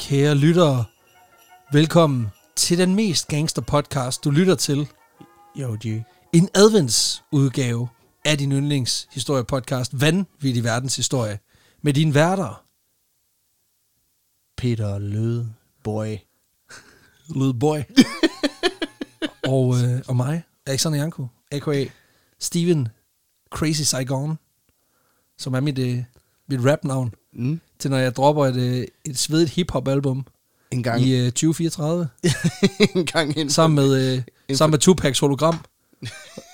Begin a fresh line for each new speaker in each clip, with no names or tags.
Kære lyttere, velkommen til den mest gangster podcast, du lytter til.
Jo, G.
En adventsudgave af din yndlingshistorie-podcast, Vanvittig Verdenshistorie, med dine værter,
Peter Lød, boy.
Lyd Boy, og, øh, og mig, Alexander Janko, a.k.a. Steven Crazy Saigon, som er mit, øh, mit rap-navn
Mm.
til, når jeg dropper et, øh, et svedigt hip-hop-album
En gang,
i øh, 2034.
en gang ind.
sammen med, øh, sammen med Tupacs hologram.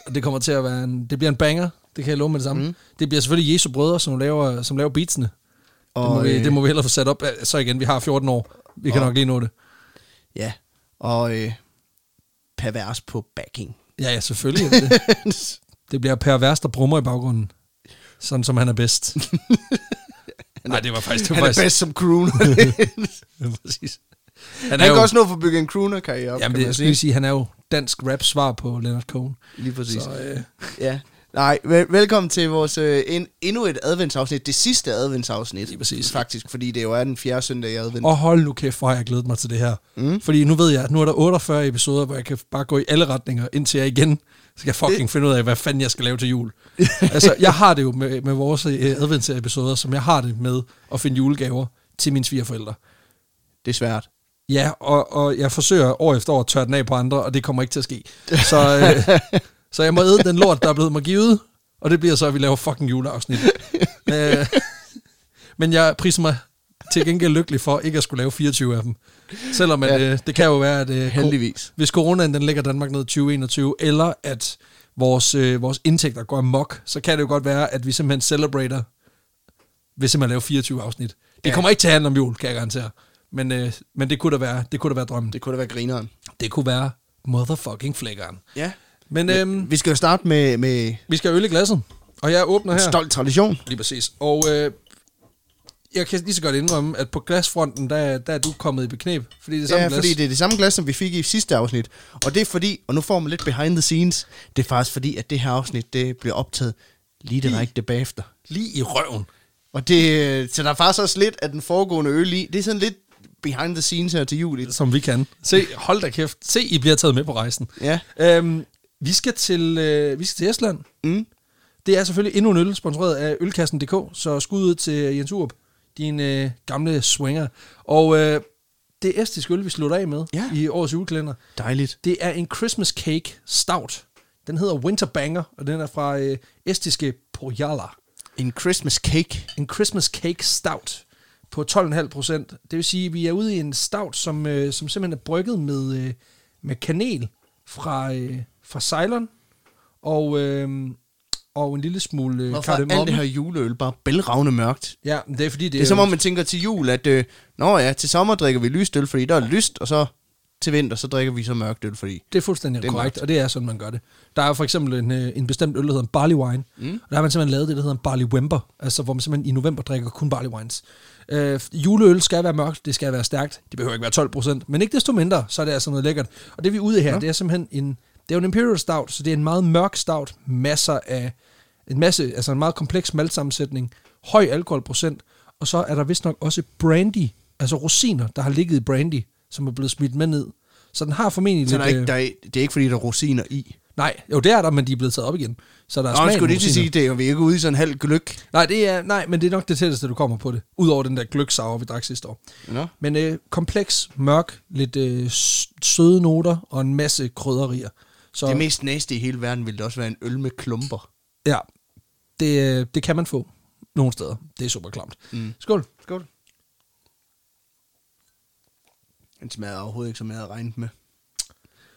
Og det kommer til at være en, det bliver en banger, det kan jeg love med det samme. Mm.
Mm.
Det bliver selvfølgelig Jesu brødre, som laver, som laver beatsene. Og, det, må
Og,
vi,
øh,
det må vi hellere få sat op. Øh, Så igen, vi har 14 år. Vi kan
og-
nok lige nå det.
Ja, og øh, pervers på backing.
Ja, ja, selvfølgelig. er det Det, det bliver pervers, der brummer i baggrunden. Sådan som han er bedst. Nej, det var faktisk... Det
Han
var
er
faktisk,
bedst som crooner.
bedst. Præcis. Han er
han
jo,
kan også nå for at bygge en crooner-karriere op,
jamen, det,
kan man
jeg
sige.
skulle sige, han er jo dansk rap svar på Leonard Cohen.
Lige præcis.
Så, øh,
Ja. Nej, vel- velkommen til vores øh, en, endnu et adventsafsnit. Det sidste adventsafsnit.
Lige præcis.
Faktisk, fordi det jo er den fjerde søndag i advent.
Og hold nu kæft, hvor har jeg glædet mig til det her. Mm. Fordi nu ved jeg, at nu er der 48 episoder, hvor jeg kan bare gå i alle retninger, indtil jeg igen skal fucking det... finde ud af, hvad fanden jeg skal lave til jul. altså, jeg har det jo med, med vores øh, adventsepisoder, som jeg har det med at finde julegaver til mine svigerforældre.
Det er svært.
Ja, og, og jeg forsøger år efter år at tørre den af på andre, og det kommer ikke til at ske. Så, øh, så jeg må æde den lort, der er blevet mig givet, og det bliver så, at vi laver fucking juleafsnit. øh, men jeg priser mig til gengæld lykkelig for ikke at skulle lave 24 af dem. Selvom at,
Ja.
øh, det kan jo være, at øh,
Heldigvis.
hvis coronaen den lægger Danmark ned i 2021, eller at vores, øh, vores indtægter går amok, så kan det jo godt være, at vi simpelthen celebrater ved simpelthen at lave 24 afsnit. Det
Ja.
kommer ikke til at handle om jul, kan jeg garantere. Men, øh, men det, kunne da være, det kunne da være drømmen. Det,
Det kunne da være grineren.
det kunne være motherfucking flækkeren.
Ja.
Men øhm,
Vi skal jo starte med, med
vi skal have øl i glasset, og jeg åbner
en
her.
stolt tradition.
Lige præcis. Og øh, jeg kan lige så godt indrømme, at på glasfronten, der, der er du kommet i beknep, fordi det er samme
Ja,
glas.
fordi det er det samme glas, som vi fik i sidste afsnit. Og det er fordi, og nu får man lidt behind the scenes, det er faktisk fordi, at det her afsnit, det bliver optaget lige direkte bagefter.
Lige i røven.
Og det, øh, så der er faktisk også lidt af den foregående øl i. Det er sådan lidt behind the scenes her til juli.
som vi kan. Se, hold da kæft. Se, I bliver taget med på rejsen.
Ja.
Øhm, vi, skal til, øh, vi skal til Estland.
Mm.
Det er selvfølgelig endnu en øl, sponsoreret af Ølkassen.dk, så skud ud til Jens Urup, din øh, gamle swinger. Og øh, det er estisk øl, vi slutter af med
Ja.
i årets julekalender.
Dejligt.
Det er en Christmas Cake Stout. Den hedder Winterbanger, og den er fra øh, estiske Pojala.
En Christmas cake.
En Christmas Cake Stout på 12,5 procent. Det vil sige, at vi er ude i en stout, som, øh, som simpelthen er brygget med, øh, med kanel fra, øh, fra Ceylon og, øh, og en lille smule øh,
Hvorfor er alt det her juleøl bare bælragende mørkt? Det
Ja, men det er fordi, det,
er, det er som om, man tænker til jul, at øh, nå ja, til sommer drikker vi lyst øl, fordi der er lyst, og så til vinter, så drikker vi så mørkt øl, fordi...
Det er fuldstændig det
Det
er
er
korrekt, og det er sådan, man gør det. Der er jo for eksempel en, øh, en bestemt øl, der hedder en barley wine, mm. og der har man simpelthen lavet det, der hedder en barley wember, altså hvor man simpelthen i november drikker kun barley wines. Øh, juleøl skal være mørkt, det skal være stærkt, det behøver ikke være 12 procent, men ikke desto mindre, så er det altså noget lækkert. Og det vi er ude i her, ja. det er simpelthen en, det er jo en imperial stout, så det er en meget mørk stout, masser af, en masse, altså en meget kompleks maltsammensætning, høj alkoholprocent, og så er der vist nok også brandy, altså rosiner, der har ligget i brandy, som er blevet smidt med ned. Så den har formentlig lidt...
Så der er ikke,
øh,
der er, det er ikke, fordi der er rosiner i.
Nej, jo det er der, men de er blevet taget op igen. Så der er
Nå,
smagen
skulle
af
det ikke
rosiner.
sige, det er jo vi er ikke ude i sådan en halv gløk.
Nej, det er, nej, men det er nok det tætteste, du kommer på det. Udover den der gløksauer, vi drak sidste år.
Nå.
Men øh, kompleks, mørk, lidt øh, s- søde noter og en masse krydderier. Så
Det mest næste i hele verden ville det også være en øl med klumper.
ja, det, øh, det kan man få nogle steder. Det er super klamt. Mm. Skål.
Skål. Den smager overhovedet ikke, som jeg havde regnet med.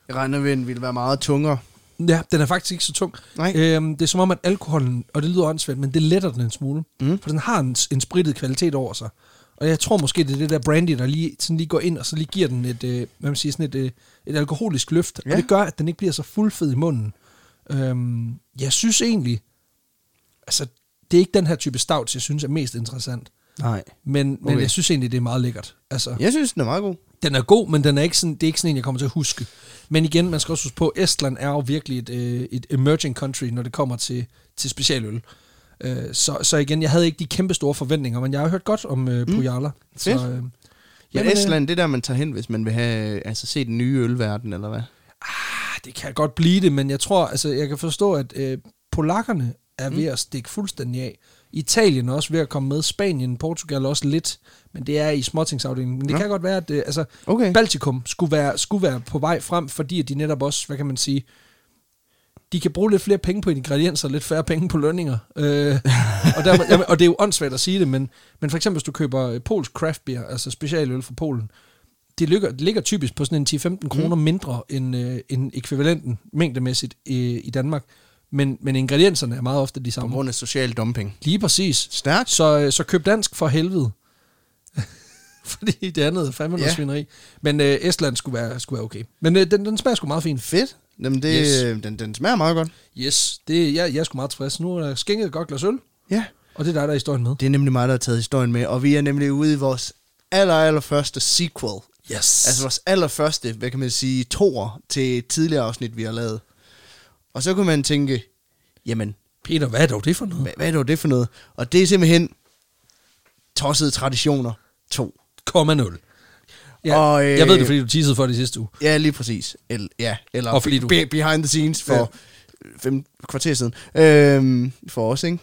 Jeg regner med, at den ville være meget tungere.
Ja, den er faktisk ikke så tung.
Nej.
Øhm, det er som om, at alkoholen, og det lyder åndssvagt, men det letter den en smule. Mm. For den har en, en spritet kvalitet over sig. Og jeg tror måske, det er det der brandy, der lige, sådan lige går ind, og så lige giver den et, øh, hvad man siger, sådan et, øh, et alkoholisk løft. Ja.
Ja.
Og det gør, at den ikke bliver så fuldfed i munden. Øhm, jeg synes egentlig, altså det er ikke den her type stavt, jeg synes er mest interessant.
Nej.
Men, men
Okay.
jeg synes egentlig, det er meget lækkert. Altså,
Jeg synes, den er meget god.
den er god, men den er ikke sådan, det er ikke sådan en, jeg kommer til at huske. Men igen, man skal også huske på, at Estland er jo virkelig et, øh, et emerging country, når det kommer til, til specialøl. Øh, så, så igen, jeg havde ikke de kæmpe store forventninger, men jeg har hørt godt om øh, Pujala. Så, øh,
Men
Jamen, øh,
Estland, det er der, man tager hen, hvis man vil have, altså, se den nye ølverden, eller hvad?
Ah, det kan godt blive det, men jeg tror, altså, jeg kan forstå, at øh, polakkerne er mm. ved at stikke fuldstændig af. Italien er også ved at komme med. Spanien, Portugal også lidt, men det er i småtingsafdelingen. Men det
Nå.
ja. kan godt være, at øh, altså,
Okay.
Baltikum skulle være, skulle være på vej frem, fordi at de netop også, hvad kan man sige, de kan bruge lidt flere penge på ingredienser, lidt færre penge på lønninger. Øh, og, der, jamen, og det er jo åndssvagt at sige det, men, men for eksempel hvis du køber øh, polsk craft beer, altså specialøl fra Polen, det ligger, det ligger typisk på sådan en 10-15 kroner mm. mindre end, øh, end ekvivalenten mængdemæssigt øh, i Danmark. Men, men ingredienserne er meget ofte de
På
samme.
grund af social dumping.
Lige præcis.
Stærkt.
Så, øh, så køb dansk for helvede. Fordi det andet er fandme noget
Ja.
ja. svineri. Men øh, Estland skulle være, skulle være okay. Men øh, den, den smager sgu meget fint.
Fedt. Jamen, det,
Yes.
yes. den, den smager meget godt.
Yes, det, jeg, jeg er sgu meget tilfreds. Nu er der skænket et godt glas øl,
Ja.
og det er dig, der er i historien med.
Det er nemlig mig, der har taget historien med, og vi er nemlig ude i vores aller, aller første sequel.
Yes.
Altså
Altså,
vores allerførste, hvad kan man sige, toer til et tidligere afsnit, vi har lavet. Og så kunne man tænke, jamen,
Peter, hvad er dog det for noget?
hvad, hvad er det, det for noget? Og det er simpelthen tossede traditioner 2.
0,0. Ja,
Og, øh,
jeg ved det, fordi du teasede for det i sidste uge.
Ja, lige præcis. El, ja, eller
Og fordi du-
be, behind the scenes for
Ja.
fem kvarter siden. Øhm, for os, ikke?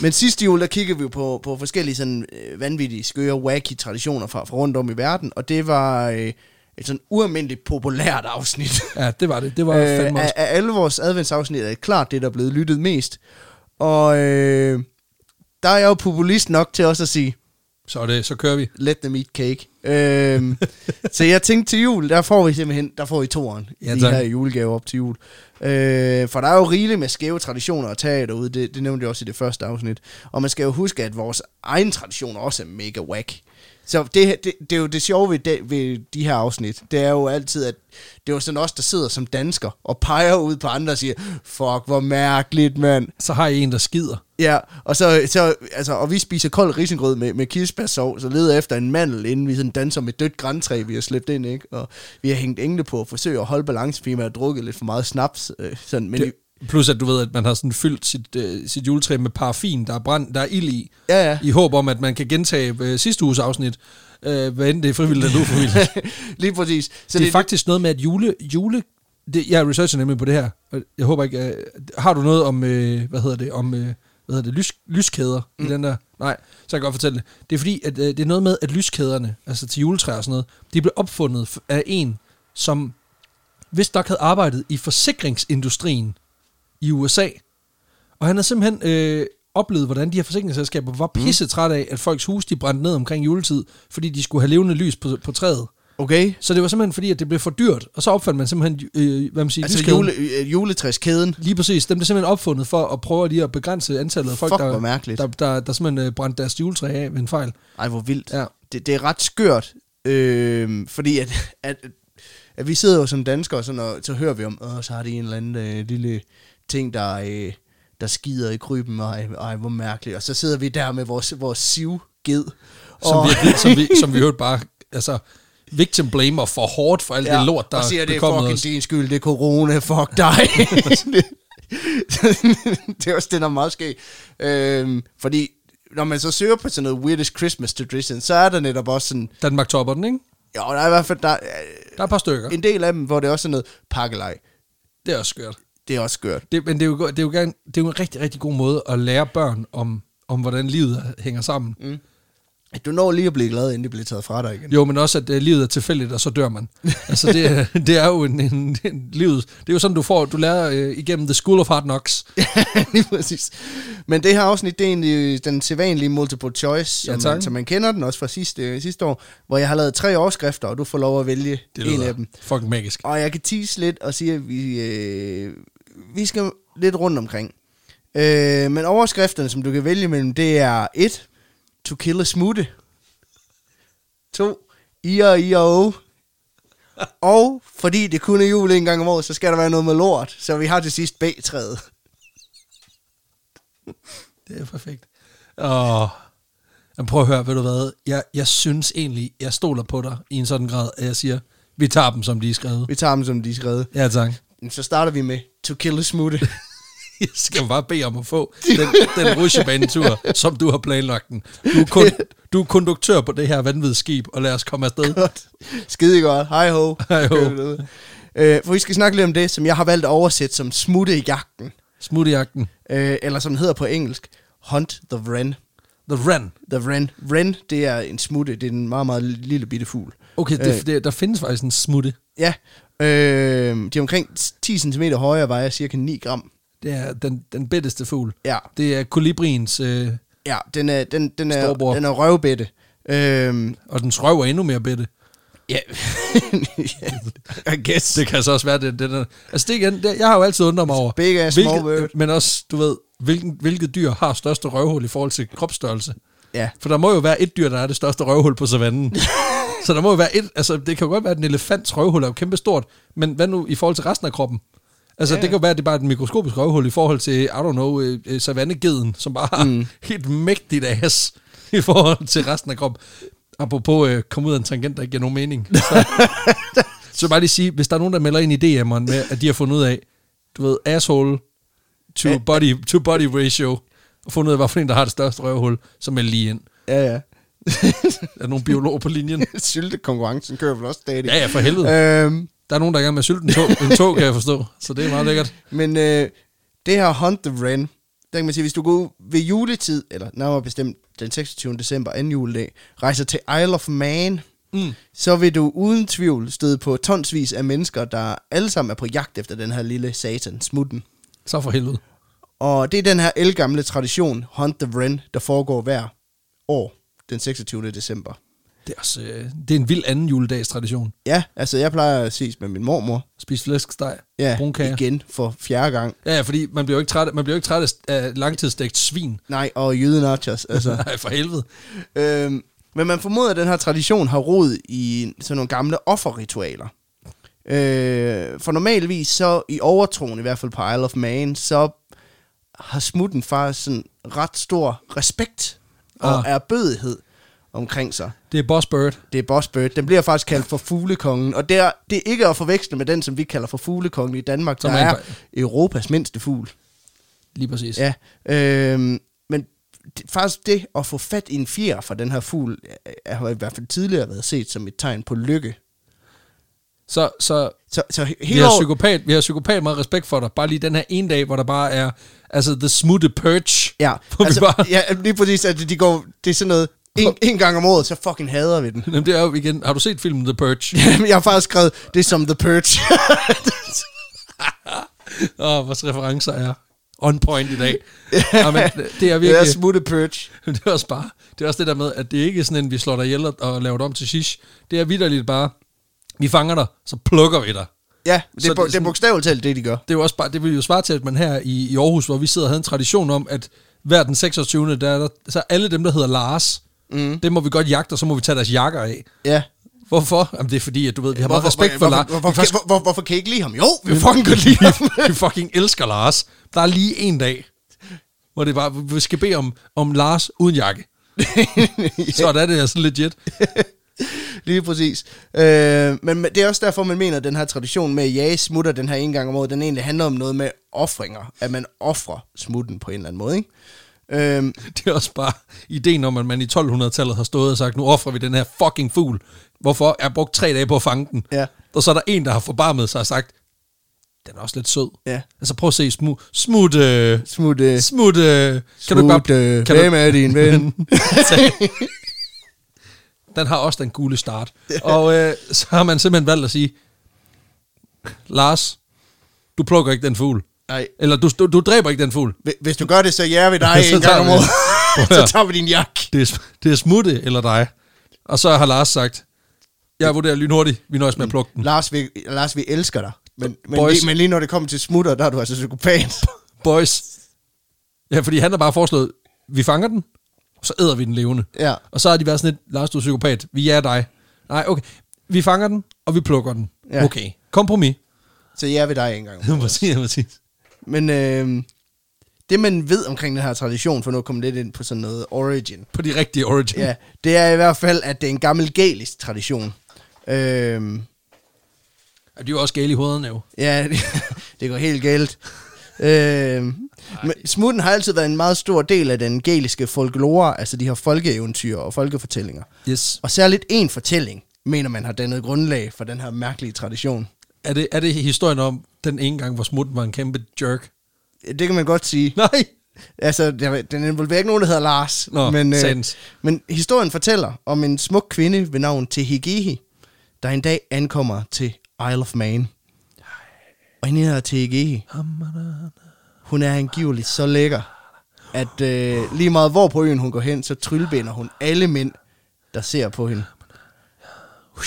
Men sidste jul, der kiggede vi jo på, på forskellige sådan øh, vanvittige, skøre, wacky traditioner fra, fra rundt om i verden, og det var øh, et sådan ualmindeligt populært afsnit.
Ja, det var det. Det var øh,
øh,
fandme
af,
også.
af alle vores adventsafsnit er det klart det, der er blevet lyttet mest. Og øh, der er jeg jo populist nok til også at sige,
Så, er det, så kører vi.
let them eat cake. Øhm, så jeg tænkte til jul, der får vi simpelthen, der får vi toeren i
Ja,
de
tak.
her julegaver op til jul. Øh, for der er jo rigeligt med skæve traditioner at tage derude, det, det nævnte jeg også i det første afsnit. Og man skal jo huske, at vores egen traditioner også er mega whack. Så det, det, det er jo det sjove ved, de, ved de her afsnit, det er jo altid, at det er jo sådan os, der sidder som dansker og peger ud på andre og siger, fuck, hvor mærkeligt, mand.
Så har jeg en, der skider.
Ja, og, så, så, altså, og vi spiser kold risengrød med, med kirsebærsovs, så leder efter en mandel, inden vi sådan danser med dødt græntræ, vi har slæbt ind, ikke? Og vi har hængt engle på at forsøge at holde balancen, fordi man har drukket lidt for meget snaps. Øh, sådan, men det.
Det, plus at du ved, at man har sådan fyldt sit, øh, sit juletræ med paraffin, der er brændt, der er ild i.
Ja, ja.
I håb om, at man kan gentage øh, sidste uges afsnit, øh, hvad end det er frivilligt eller ufrivilligt.
lige præcis. Så
det, det er faktisk noget med, at jule... jule det, jeg researcher nemlig på det her. og Jeg håber ikke... Øh, har du noget om... Øh, hvad hedder det? Om... Øh, hvad hedder det? Lys, lyskæder mm. i den der... Nej, så kan jeg godt fortælle det. Det er fordi, at øh, det er noget med, at lyskæderne, altså til juletræer og sådan noget, de blev opfundet f- af en, som hvis nok havde arbejdet i forsikringsindustrien i USA. Og han har simpelthen øh, oplevet, hvordan de her forsikringsselskaber var pisse trætte af, at folks hus de brændte ned omkring juletid, fordi de skulle have levende lys på, på træet.
Okay.
Så det var simpelthen fordi, at det blev for dyrt, og så opfandt man simpelthen, øh, hvad man siger,
Altså
lyskæden.
jule, øh, juletræskæden.
Lige præcis, dem blev simpelthen opfundet for at prøve lige at begrænse antallet af folk,
Fuck, hvor
der,
mærkeligt.
der, der, der simpelthen øh, brændte deres juletræ af ved en fejl.
Ej, hvor vildt.
Ja.
Det, det er ret skørt, øh, fordi at, at, at vi sidder jo som danskere, sådan, og så hører vi om, Åh, så har de en eller anden øh, lille ting, der, øh, der skider i kryben, og ej, ej, hvor mærkeligt. Og så sidder vi der med vores, vores sivged.
Som,
og,
vi, som vi, som vi hørte bare, altså, victim blamer for hårdt for alt ja, det lort, der
og siger,
er
det er fucking
bekommet os.
din skyld, det er corona, fuck dig. det er også det, der er meget sker. Øhm, fordi når man så søger på sådan noget weirdest Christmas tradition, så er der netop også sådan,
Danmark topper den, ikke?
jo, der er i hvert fald, der,
Der er et par stykker.
en del af dem, hvor det er også er noget pakkelej.
Det er også skørt.
Det er også skørt.
Det, men det er, jo, go- det, er jo gerne, det er jo en rigtig, rigtig god måde at lære børn om, om hvordan livet hænger sammen. Mm.
Du når lige at blive glad, inden det bliver taget fra dig igen.
Jo, men også, at øh, livet er tilfældigt, og så dør man. Altså, det, er- det er jo en, en, en livet... Det er jo sådan, du får... Du lærer øh, igennem The School of Hard Knocks.
lige præcis. Men det her afsnit, det er egentlig den sædvanlige multiple choice,
Ja,
som,
tak.
man, som man kender den også fra sidste, sidste år, hvor jeg har lavet tre overskrifter, og du får lov at vælge
Det
en
lyder
af dem.
fucking magisk.
Og jeg kan tease lidt og sige, at vi, øh, vi skal lidt rundt omkring. Øh, men overskrifterne, som du kan vælge mellem, det er 1. To kill a smutte. 2. I og I og O. Og fordi det kun er jul en gang om året, så skal der være noget med lort. Så vi har til sidst B-træet.
Det er perfekt. Og... Jamen, prøv at høre, ved du hvad? Jeg, jeg synes egentlig, jeg stoler på dig i en sådan grad, at jeg siger, vi tager dem, som de er skrevet.
Vi tager dem, som de er skrevet.
Ja, tak.
Så starter vi med To kill a smutte.
jeg skal bare bede om at få den, den rutsjebanetur, som du har planlagt den. Du er, kun, du er konduktør på det her vanvittige skib, og lad os komme afsted.
Godt. Skide godt. Hej ho.
Hej ho.
Øh, for vi skal snakke lidt om det, som jeg har valgt at oversætte som smutte i jagten.
Smuttejagten.
Øh, eller som den hedder på engelsk, Hunt the Wren.
The Ren.
The Wren. Wren, det er en smutte. Det er en meget, meget lille bitte fugl.
Okay,
Øh.
det, det, der findes faktisk en smutte.
Ja. Øh, de er omkring 10 cm høje og vejer cirka 9 gram.
Det er den, den bitteste fugl.
Ja.
Det er kolibriens, øh,
Ja, den er, den, den er,
Storbror.
den er røvbætte. Øhm,
og den røv er endnu mere bitte.
ja, I guess.
Det kan så også være, det, det, det Altså det igen, det, jeg har jo altid undret mig over,
big as small bird.
men også, du ved, hvilken, hvilket dyr har største røvhul i forhold til kropsstørrelse.
Ja.
For der må jo være et dyr, der er det største røvhul på savannen. så der må jo være et, altså det kan jo godt være, at en elefants røvhul er jo kæmpestort, men hvad nu i forhold til resten af kroppen? Altså,
Ja,
ja, det
ja.
kan jo være, at det er bare et mikroskopisk røvhul i forhold til, I don't know, øh, øh, savannegeden, som bare har mm. et mægtigt ass i forhold til resten af kroppen. Apropos øh, komme ud af en tangent, der ikke giver nogen mening. Så, så vil jeg bare lige sige, hvis der er nogen, der melder ind i DM'eren med, at de har fundet ud af, du ved, asshole to
Ja.
body, to body ratio, og fundet ud af, hvorfor en, der har det største røvhul, så meld lige ind.
Ja, ja.
Er der nogle biologer på linjen?
Syltekonkurrencen kører vel også stadig.
Ja, ja, for helvede.
Øhm,
Der er nogen, der er i gang med at sylte en tog, en tog, kan jeg forstå. Så det er meget lækkert.
men øh, det her Hunt the Wren, der kan man sige, hvis du går ud ved juletid, eller nærmere bestemt den 26. december, anden juledag, rejser til Isle of Man,
Mm.
så vil du uden tvivl støde på tonsvis af mennesker, der alle sammen er på jagt efter den her lille satan, smutten.
Så for helvede.
Og det er den her elgamle tradition, Hunt the Wren, der foregår hver år den 26. december.
Det er, også, øh, det er en vild anden juledagstradition.
Ja, altså jeg plejer at ses med min mormor.
Spis flæskesteg,
Ja,
brunkager.
igen for fjerde gang.
Ja, ja, fordi man bliver jo ikke træt, af- man bliver jo ikke træt af- af langtidsstegt svin.
Nej, og jydenachos, altså.
Nej, for helvede.
Øhm, men man formoder, at den her tradition har rod i sådan nogle gamle offerritualer. Øh, for normalvis så, i overtroen i hvert fald på Isle of Man, så har smutten faktisk sådan ret stor respekt og
Ah.
erbødighed omkring sig.
Det er Boss Bird.
Det er Boss Bird. Den bliver faktisk kaldt for fuglekongen, og det er, det er ikke at forveksle med den, som vi kalder for fuglekongen i Danmark,
Som
der
er en
er Europas mindste fugl.
Lige præcis. Ja.
Ja, øhm, men det, faktisk det at få fat i en fjer fra den her fugl, øh, har i hvert fald tidligere været set som et tegn på lykke.
Så, så
Så, så he-
vi
hele
har,
året,
psykopat, vi har psykopat meget respekt for dig. Bare lige den her ene dag, hvor der bare er, altså, the smutte purge.
ja,
Hvor altså, vi bare,
ja, lige præcis, at de går, det er sådan noget, en, en gang om året, så fucking hader vi den.
Jamen, det er jo igen, har du set filmen The Purge?
Jamen, jeg har faktisk skrevet, det er som The Purge.
Åh, oh, vores referencer er on point i dag. ja, men, det er
det er
virkelig,
smutte Purge.
det er også bare, det er også det der med, at det ikke er sådan en, vi slår dig ihjel og- og laver dig om til shish. Det er vidderligt bare, vi fanger dig, så plukker vi dig.
Ja, det,
Så
er,
det er
bu- det er
sådan-
bogstaveligt talt det, de gør.
Det, er jo også bare, det vil jo svare til, at man her i, i Aarhus, hvor vi sidder, havde en tradition om, at hver den 26. Der, er der, så alle dem, der hedder Lars, mm. det må vi godt jagte, og så må vi tage deres jakker af.
Ja.
Hvorfor? Jamen, det er fordi, at du ved, vi har meget respekt for Lars.
hvorfor, hvorfor, hvorfor, hvorfor, hvorfor kan I ikke lide ham? Jo, vi fucking godt lide ham.
vi fucking elsker Lars. Der er lige en dag, hvor det bare, vi skal bede om, om Lars uden jakke. Så er det altså legit.
Lige præcis. Øh, men men det er også derfor, man mener, at den her tradition med at jage smutter den her en gang om året, den egentlig handler om noget med offringer. At man offrer smutten på en eller anden måde, ikke? Øh,
Det er også bare ideen om, at man i 1200-tallet har stået og sagt, nu offrer vi den her fucking fugl. Hvorfor? Jeg har brugt tre dage på at fange den.
Ja.
Og så er der en, der har forbarmet sig og sagt, den er også lidt sød.
Ja.
Altså prøv at se, smu, smut, øh,
smut, øh,
smut, øh, kan
smut,
du ikke
bare,
bare...
øh,
Kan
hvem
du,
er din ven?
den har også den gule start. Og øh, så har man simpelthen valgt at sige, Lars, du plukker ikke den fugl.
Nej.
Eller du, du, du dræber ikke den fugl.
Hvis- Hvis du gør det, så jager vi dig
Så
en gang
tager
om
vi-
året.
Prøv at
så
høre.
tager vi din jakke.
Det er, det er smutte eller dig. Og så har Lars sagt, jeg vurderer lynhurtigt, vi nøjes med at plukke den.
Lars, vi, Lars, vi elsker dig. Men, men,
Boys.
lige, men lige når det kommer til smutter, der er du altså psykopat.
Boys. Ja, fordi han har bare foreslået, vi fanger den, og så æder vi den levende.
Ja.
Og så har de været sådan lidt, Lars, du er psykopat, vi er dig. Nej, okay. Vi fanger den, og vi plukker den.
Ja.
Ja. Okay. Kompromis.
Så jager vi dig en gang om året.
præcis, præcis.
Men øh, det, man ved omkring den her tradition, for nu kommer lidt ind på sådan noget origin,
På de rigtige origin.
Ja, det er i hvert fald, at det er en gammel galisk tradition. Øhm,
Og de er jo også gale i hovederne jo.
ja, det går helt galt. Øh, men smutten har altid været en meget stor del af den geliske folklore, altså de her folkeeventyr og folkefortællinger.
Yes.
Og særligt en fortælling, mener man har dannet grundlag for den her mærkelige tradition.
Er det, er det historien om den ene gang, hvor Smutten var en kæmpe jerk?
Det kan man godt sige.
Nej!
Altså, der- den involverer ikke nogen, der hedder Lars.
Nå,
men, øh,
sandt.
men historien fortæller om en smuk kvinde ved navn Tehigehi, der en dag ankommer til Isle of Man. Og hende hedder Tehigehi. Hun er angiveligt så lækker, at øh, lige meget hvor på øen hun går hen, så tryllbinder hun alle mænd, der ser på hende.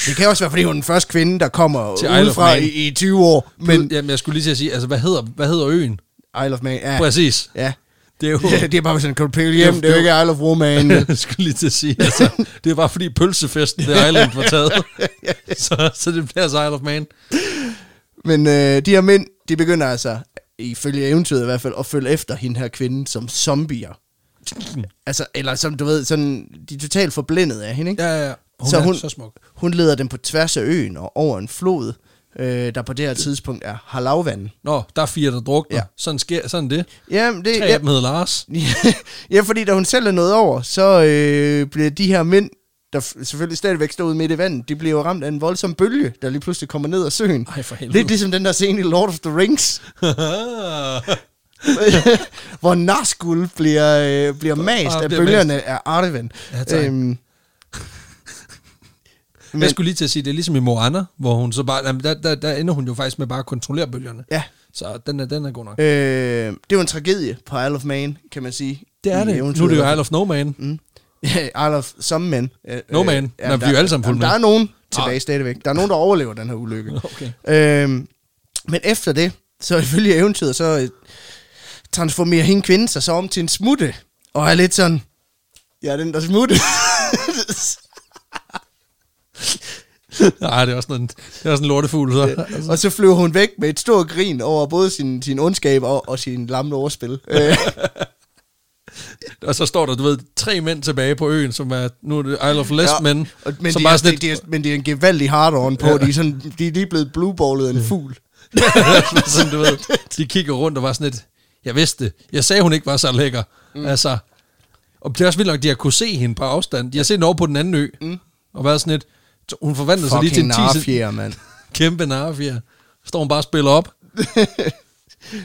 Det kan også være, fordi hun er den første kvinde, der kommer
Til Isle of
udefra
Man.
i, i 20 år. Men
Men, Jamen, jeg skulle lige til at sige, altså, hvad hedder, hvad hedder øen?
Isle of Man, ja.
Præcis.
ja.
Det er jo...
Ja, det er bare sådan, kan du pille hjem? Det er jo ikke Isle of Woman.
jeg skulle lige til at sige, altså, det er bare fordi pølsefesten ved Island var taget. så, så det bliver altså Isle of Man.
Men øh, de her mænd, de begynder altså, ifølge eventyret i hvert fald, at følge efter hende her kvinde som zombier. Altså, eller som du ved, sådan, de er totalt forblændet af hende, ikke?
Ja, ja, ja. Hun
Så
så er
hun-
hun... så smuk.
Hun leder dem på tværs af øen og over en flod, øh, der på det her tidspunkt er halavvand.
Nå, der er fire, der drukner.
Ja.
Ja. Sådan, sker, sådan det.
Jamen, det...
Tre af dem hedder Lars.
Ja, ja, fordi da hun selv er nået over, så øh, bliver de her mænd, der f- selvfølgelig stadigvæk står ude midt i vandet, de bliver jo ramt af en voldsom bølge, der lige pludselig kommer ned ad søen.
Ej, for helvede.
Lidt ligesom den der scene i Lord of the Rings, hvor Nazgul bliver, øh, bliver mast
Ah,
af
bliver
bølgerne af Arven.
Ja, tak.
øhm,
Men... Jeg skulle lige til at sige, det er ligesom i Moana, hvor hun så bare... Jamen, der, der, der ender hun jo faktisk med bare at kontrollere bølgerne.
ja,
Så den er, den er god nok.
øh, det er jo en tragedie på Isle of Man, kan man sige.
Det er
I
det.
eventyret.
Nu er det jo Isle of No Man.
Mm. Ja, Isle of Some Men. Øh,
No Man. Nå,
jamen,
vi er jo alle sammen fulde
jamen, Der
med.
er nogen tilbage stadigvæk. Der er nogen, der overlever den her ulykke.
Okay.
Øhm, men efter det, så ifølge eventyret, så øh, transformerer hende kvinde sig så om til en smutte. Og er lidt sådan, jeg er den der smutte.
Nej, det er også sådan en, det er også en lortefugl. Så. Altså,
og så flyver hun væk med et stort grin over både sin, sin ondskab og, og sin lamme overspil. Øh,
og så står der, du ved, tre mænd tilbage på øen, som er... Nu er det Isle of Less ja, Men.
og, men,
som
de
bare
er,
sådan
de, de er, men de er en gevaldig hard-on på. De, er sådan, de er lige blevet blueballet af en fugl.
lidt- sådan, du ved, de kigger rundt og var sådan lidt... Jeg vidste det. Jeg sagde, hun ikke var så lækker. Mm. Altså, og det er også vildt nok, at de har kunne se hende på afstand. De har set hende over på den anden ø. Mm. Og været sådan lidt... Hun forvandlede sig lige til en 10 cent-
narfjer, mand.
kæmpe narfjer. Står hun bare og spiller op.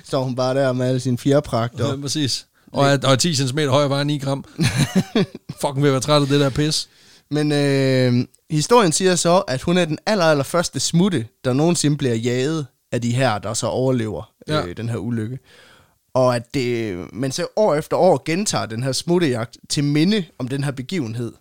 Står hun bare der med alle sine fjerpragter.
Ja, præcis. Og er, og er 10 cm højere vejer 9 gram. Fucking ved at være træt af det der pis.
Men øh, historien siger så, at hun er den aller, aller første smutte, der nogensinde bliver jaget af de her, der så overlever ja.
Ja.
øh, den her ulykke. Og at det, men så år efter år gentager den her smuttejagt til minde om den her begivenhed.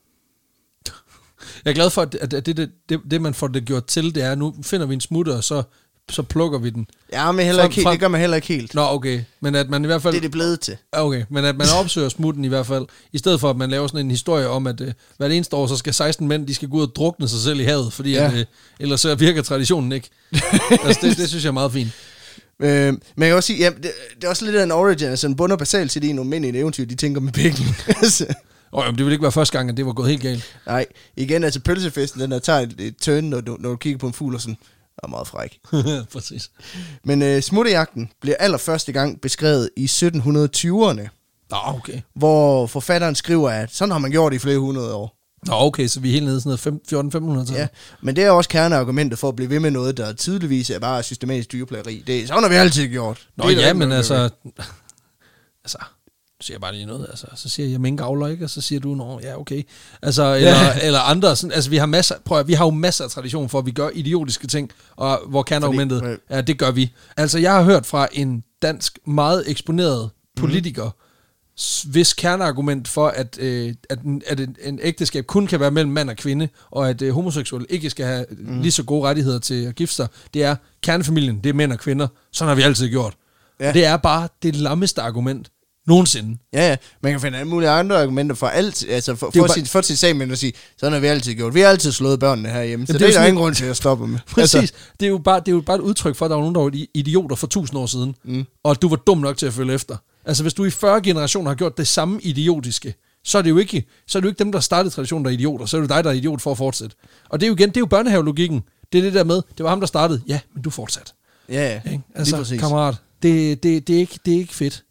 Jeg er glad for, at, at det, det, det, det, man får det gjort til, det er, at nu finder vi en smutter, og så, så plukker vi den.
Ja, men heller
Frem-
ikke helt,
frem-
det gør man heller ikke helt.
Nå, okay. Men at man i hvert fald...
Det er det blevet til.
Okay, men at man opsøger smutten i hvert fald, i stedet for at man laver sådan en historie om, at øh, hvert eneste år, så skal 16 mænd, de skal gå ud og drukne sig selv i havet, fordi
Ja.
ja. at, øh, ellers så virker traditionen ikke. altså, det, det synes jeg er meget fint.
Øh, men jeg kan også sige, ja, det, det, er også lidt af en origin, altså en bund og basalt set i nogle mænd i et eventyr, de tænker med penge. altså,
Og jamen, det ville ikke være første gang, at det var gået helt galt.
nej, igen, altså pølsefesten, den der tager et, et turn, når du, når du kigger på en fugl og sådan, "Den er meget fræk.
Præcis.
Men øh, smuttejagten bliver allerførste gang beskrevet i 1720'erne,
Nå, okay.
hvor forfatteren skriver, at sådan har man gjort i flere hundrede år.
Nå, okay, så vi er helt nede i sådan noget 14-1500-tallet.
Ja, men det er også kerneargumentet for at blive ved med noget, der tydeligvis er bare systematisk dyreplageri. Det er sådan har vi altid gjort.
Nå
det er der
ja,
ikke
men
noget
altså... Altså, nu siger jeg bare lige noget. Altså, så siger jeg minkavler, ikke? Og så siger du, nå, ja, okay. Altså, eller,
Ja.
ja. eller andre. Sådan, altså, vi har, masser, prøv at, høre, vi har jo masser af tradition for, at vi gør idiotiske ting, og hvor kerneargumentet
Fordi-
ja, det gør vi. Altså, jeg har hørt fra en dansk meget eksponeret politiker, s- hvis kerneargument for, at, øh, at, en- at en, en ægteskab kun kan være mellem mand og kvinde, og at øh, homoseksuelle ikke skal have mm. lige så gode rettigheder til at gifte sig, det er, kernefamilien, det er mænd og kvinder. Sådan har vi altid gjort.
Ja.
Ja. Det er bare det lammeste argument nogensinde.
Ja, ja, man kan finde alle mulige andre argumenter for alt, altså for,
er jo
for,
bare-
sin, for sin sag, men at sige, sådan har vi altid gjort. Vi har altid slået børnene herhjemme, så
Jamen, det
det,
er
det
jo
er der
sådan-
ingen grund til at stoppe med.
Præcis. Altså. Det, er jo bare, det er jo bare et udtryk for, at der var nogen, der var i- idioter for tusind år siden, mm. og du var dum nok til at følge efter. Altså, hvis du i 40 generationer har gjort det samme idiotiske, så er det jo ikke, så er det jo ikke dem, der startede traditionen, der er idioter. Så er det dig, der er idiot for at fortsætte. Og det er jo igen, det er jo børnehavelogikken. Det er det der med, det var ham, der startede. Ja, men du fortsat.
ja, ja,
Ikke?
lige
Altså,
præcis.
kammerat. Det, det, det, er, ikke, det er ikke fedt.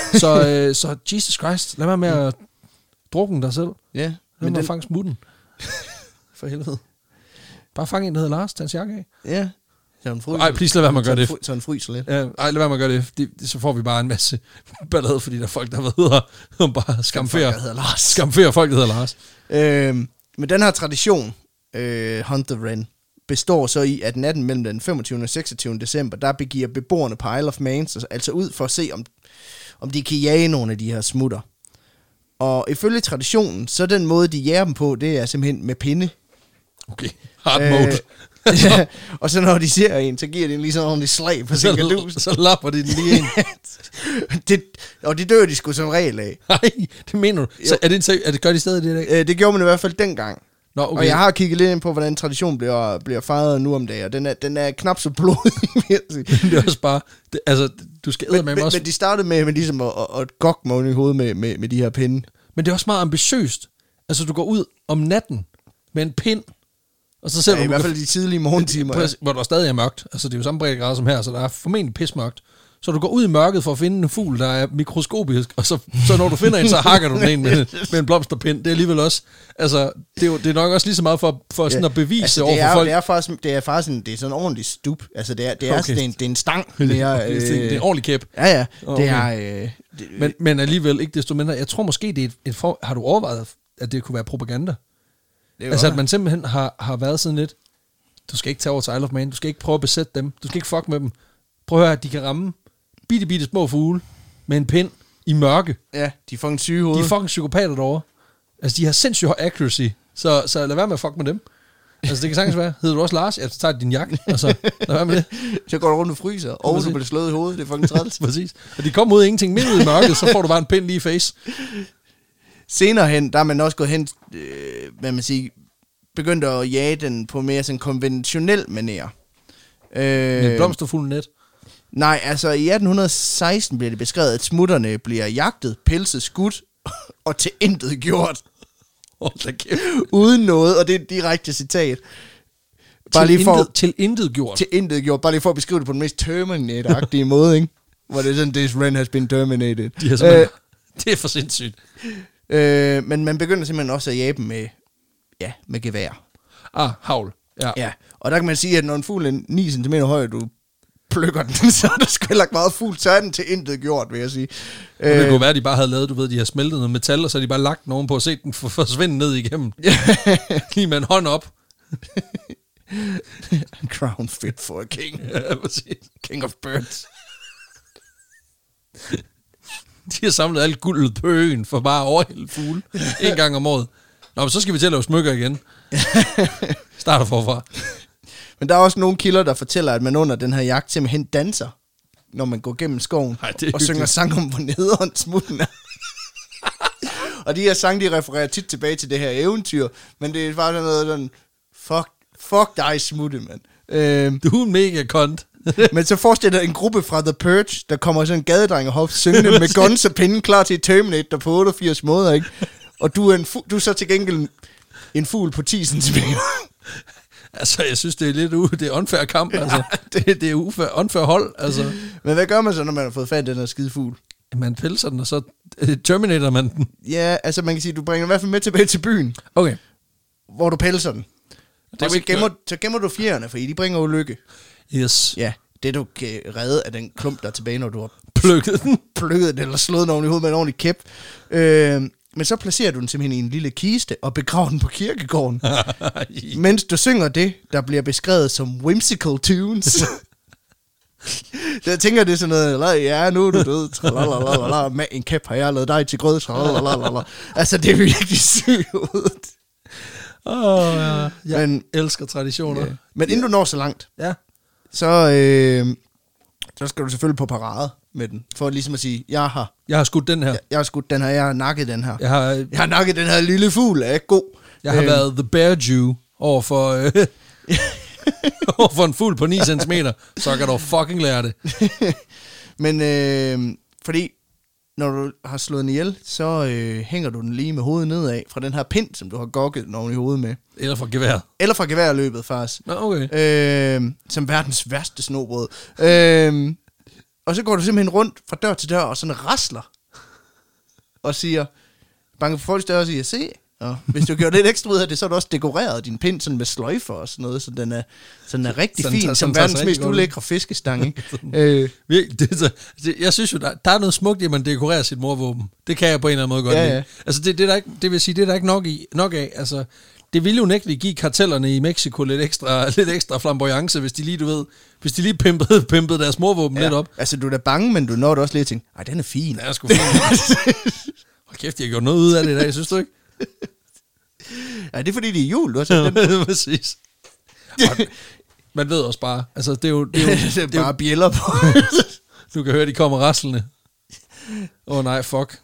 så, øh, så Jesus Christ, lad mig med at drukke dig selv.
Ja,
Lad
men
mig
den,
at fange smutten. For helvede. Bare fang en, der hedder Lars, tage hans jakke af.
ja. Så den fryser.
Ej, please lad være med at gøre
så
det.
den fry- Så den fryser lidt.
Ja, ej, lad være med at gøre det. det. det- Så får vi bare en masse ballade, fordi der er folk, der hvad hedder, som bare skamferer,
der hedder Lars.
skamferer folk, der hedder Lars.
Øhm, men den her tradition, øh, Hunt the Wren, består så i, at natten mellem den 25. og 26. december, der begiver beboerne på Isle of Man sig altså ud for at se, om, om de kan jage nogle af de her smutter. Og ifølge traditionen, så den måde, de jager dem på, det er simpelthen med pinde.
Okay, hard mode.
Øh, ja, og så når de ser en, så giver de en lige sådan ordentlig slag på
så,
sin kadus.
så lapper de den lige ind.
det, og det dør de sgu som regel af.
Nej, det mener du. Så er det, en, seri- er det gør de stadig det i dag?
Øh, det gjorde man i hvert fald dengang.
Nå, okay.
Okay. Og jeg har kigget lidt ind på, hvordan traditionen bliver, bliver fejret nu om dagen, og den er, den er knap så blodig, vil jeg sige.
det er også bare... Det, altså, du skal æde
Men,
med
men,
mig også.
men de startede med, med ligesom at, at, at gokke mig oven i hovedet med, med, med de her pinde.
Men det er også meget ambitiøst. Altså, du går ud om natten med en pind, og så selv
Ja, I hvert fald de tidlige morgentimer. Ja,
hvor der stadig er mørkt. Altså, det er jo samme breddegrad som her, så der er formentlig pismørkt. Så du går ud i mørket for at finde en fugl, der er mikroskopisk, og så, så når du finder en, så hakker du den en med, med en blomsterpind. Det er alligevel også... Altså, det er, jo, det er nok også lige så meget for, for sådan at bevise altså,
altså,
over
det
for
er,
folk.
det er faktisk, det er faktisk en, det er sådan en ordentlig stup. Altså, det er, det er,
Okay.
okay. sådan, en, det er en stang mere. øh,
det, er, det er en ordentlig kæp.
Ja, ja. Det
Okay.
er... Øh, det,
Men, men alligevel ikke desto mindre. Jeg tror måske, det er et, et for, har du overvejet, at det kunne være propaganda?
det er
Altså,
altså,
at man simpelthen har, har været sådan lidt, du skal ikke tage over til Isle of Man, du skal ikke prøve at besætte dem, du skal ikke fuck med dem. Prøv at høre, at de kan ramme bitte, bitte små fugle med en pind i mørke.
ja, de er fucking syge
De
hoveder.
er fucking psykopater derovre. Altså, de har sindssygt høj accuracy, så, så lad være med at fuck med dem. Altså, det kan sagtens være. Hedder du også Lars? Jeg tager din jakke. Altså, lad være med det.
Så går du rundt og fryser, og du
Præcis.
bliver slået i hovedet. Det er fucking træls.
Præcis. Og de kommer ud af ingenting midt ud i mørket, så får du bare en pind lige i face.
Senere hen, der er man også gået hen, øh, hvad man siger, begyndt at jage den på mere sådan konventionel manér.
Med en
Øh,
blomsterfuld net.
nej, altså i 1816 bliver det beskrevet, at smutterne bliver jagtet, pelset, skudt og til intet gjort,
Hold da kæft.
uden noget, og det er et direkte citat. Bare
Bare til,
lige
lige
for,
intet, til intet gjort.
til intet gjort, bare lige for at beskrive det på den mest Terminator-agtige måde, ikke? Hvor det er sådan, this Ren has been terminated.
De har
Øh,
simpelthen, det er for sindssygt.
øh, men man begynder simpelthen også at jage dem med, ja, med gevær.
Ah, havl. Ja. ja.
Ja, og der kan man sige, at når en fugl er 9 cm høj, og du plukker den, så er der sgu heller ikke meget fugl, så er den til intet gjort, vil jeg sige.
Og det
Øh,
kunne være, at de bare havde lavet, du ved, de har smeltet noget metal, og så har de bare lagt den ovenpå og set den for- forsvinde ned igennem. Lige med en hånd op.
crown fit for a king,
Ja, præcis.
king of birds.
De har samlet alt guldet på øen for bare at overhælde fugle. en gang om året. Nå, men så skal vi til at lave smykker igen. Starter forfra.
Men der er også nogle kilder, der fortæller, at man under den her jagt simpelthen danser, når man går gennem skoven
Ej, det er
og synger
hyggeligt.
sang om, hvor nederen smutten er. og de her sange, de refererer tit tilbage til det her eventyr, men det er bare sådan noget sådan, fuck, fuck dig smutte, mand. Øh,
Du er en mega kont.
Men så forestil dig en gruppe fra The Purge, der kommer sådan en gadedreng og hop syngende med guns og pinden klar til Terminator på 88 måder, ikke? Og du er, en fu- du er så til gengæld en fugl på 10 cm.
altså, jeg synes, det er lidt u- det er unfair kamp. Altså. det, det er ufair, unfair hold. Altså.
Men hvad gør man så, når man har fået fat i den her skide fugl?
Man pelser den, og så øh, terminator man den.
Ja, altså man kan sige, du bringer den i hvert fald med tilbage til byen,
Okay.
hvor du pelser den.
Det
Det
er jo
og så
ikke-
gemmer, så gemmer du fjerne, for de bringer ulykke.
Yes.
Ja, det du kan redde af den klump, der er tilbage, når du har
Plukket den.
plukket den eller slået den oven i hovedet med en ordentlig kæp. Øh, men så placerer du den simpelthen i en lille kiste og begraver den på kirkegården. Mens du synger det, der bliver beskrevet som whimsical tunes. Så jeg tænker, det er sådan noget, "La, ja, nu er du død, tralalalala, med en kæp har jeg lavet dig til grød, tralalalala. Altså, det er virkelig sygt ud.
Åh, ja. jeg
Men,
elsker traditioner. Yeah.
men inden du når så langt,
Ja.
så, øh, så skal du selvfølgelig på parade med den, for ligesom at sige, jeg har,
Jeg har skudt den her.
jeg, jeg har skudt den her, jeg har nakket den her.
Jeg har, øh,
Jeg har nakket den her lille fugl, er ikke god.
jeg har
Øh,
været the bear Jew over for, øh, over for en fugl på 9 cm. Så kan du fucking lære det.
Men øh, fordi, når du har slået den ihjel, så øh, hænger du den lige med hovedet nedad fra den her pind, som du har gokket den oven i hovedet med.
Eller fra geværet.
Eller fra geværløbet, faktisk.
Nå, okay.
Øh, som verdens værste snobrød. Øh, Og så går du simpelthen rundt fra dør til dør og sådan rasler. Og siger, banker på folks dør og siger, se. Og hvis du gør lidt ekstra ud af det, så er du også dekoreret din pind sådan med sløjfer og sådan noget, så den er, så den er rigtig
Sådan
sådan,
tager- sådan
fin, som
tager sig
verdens
rigtig
mest
godt ud.
ulækre fiskestang. Ikke? øh,
Virkelig, det, er så, det, jeg synes jo, der, der er noget smukt i, at man dekorerer sit morvåben. Det kan jeg på en eller anden måde godt
Ja,
lide.
ja.
Altså, det, det, er der ikke, det vil sige, det er der ikke nok, i, nok af. Altså, det ville jo nægteligt give kartellerne i Mexico lidt ekstra, lidt ekstra flamboyance, hvis de lige, du ved, hvis de lige pimpede, pimpede deres morvåben ja. lidt op.
Altså, du er da bange, men du når det også lige at tænke, ej, den er fin.
Ja, jeg skulle Hold kæft, jeg har gjort noget ud af det i dag, synes du ikke?
Ja, det er fordi, det er jul, du har sat den.
Ja, præcis. Og Man ved også bare, altså det er jo, det er jo,
det er bare bjæller på.
du kan høre, de kommer rasslende. Åh oh, nej, fuck.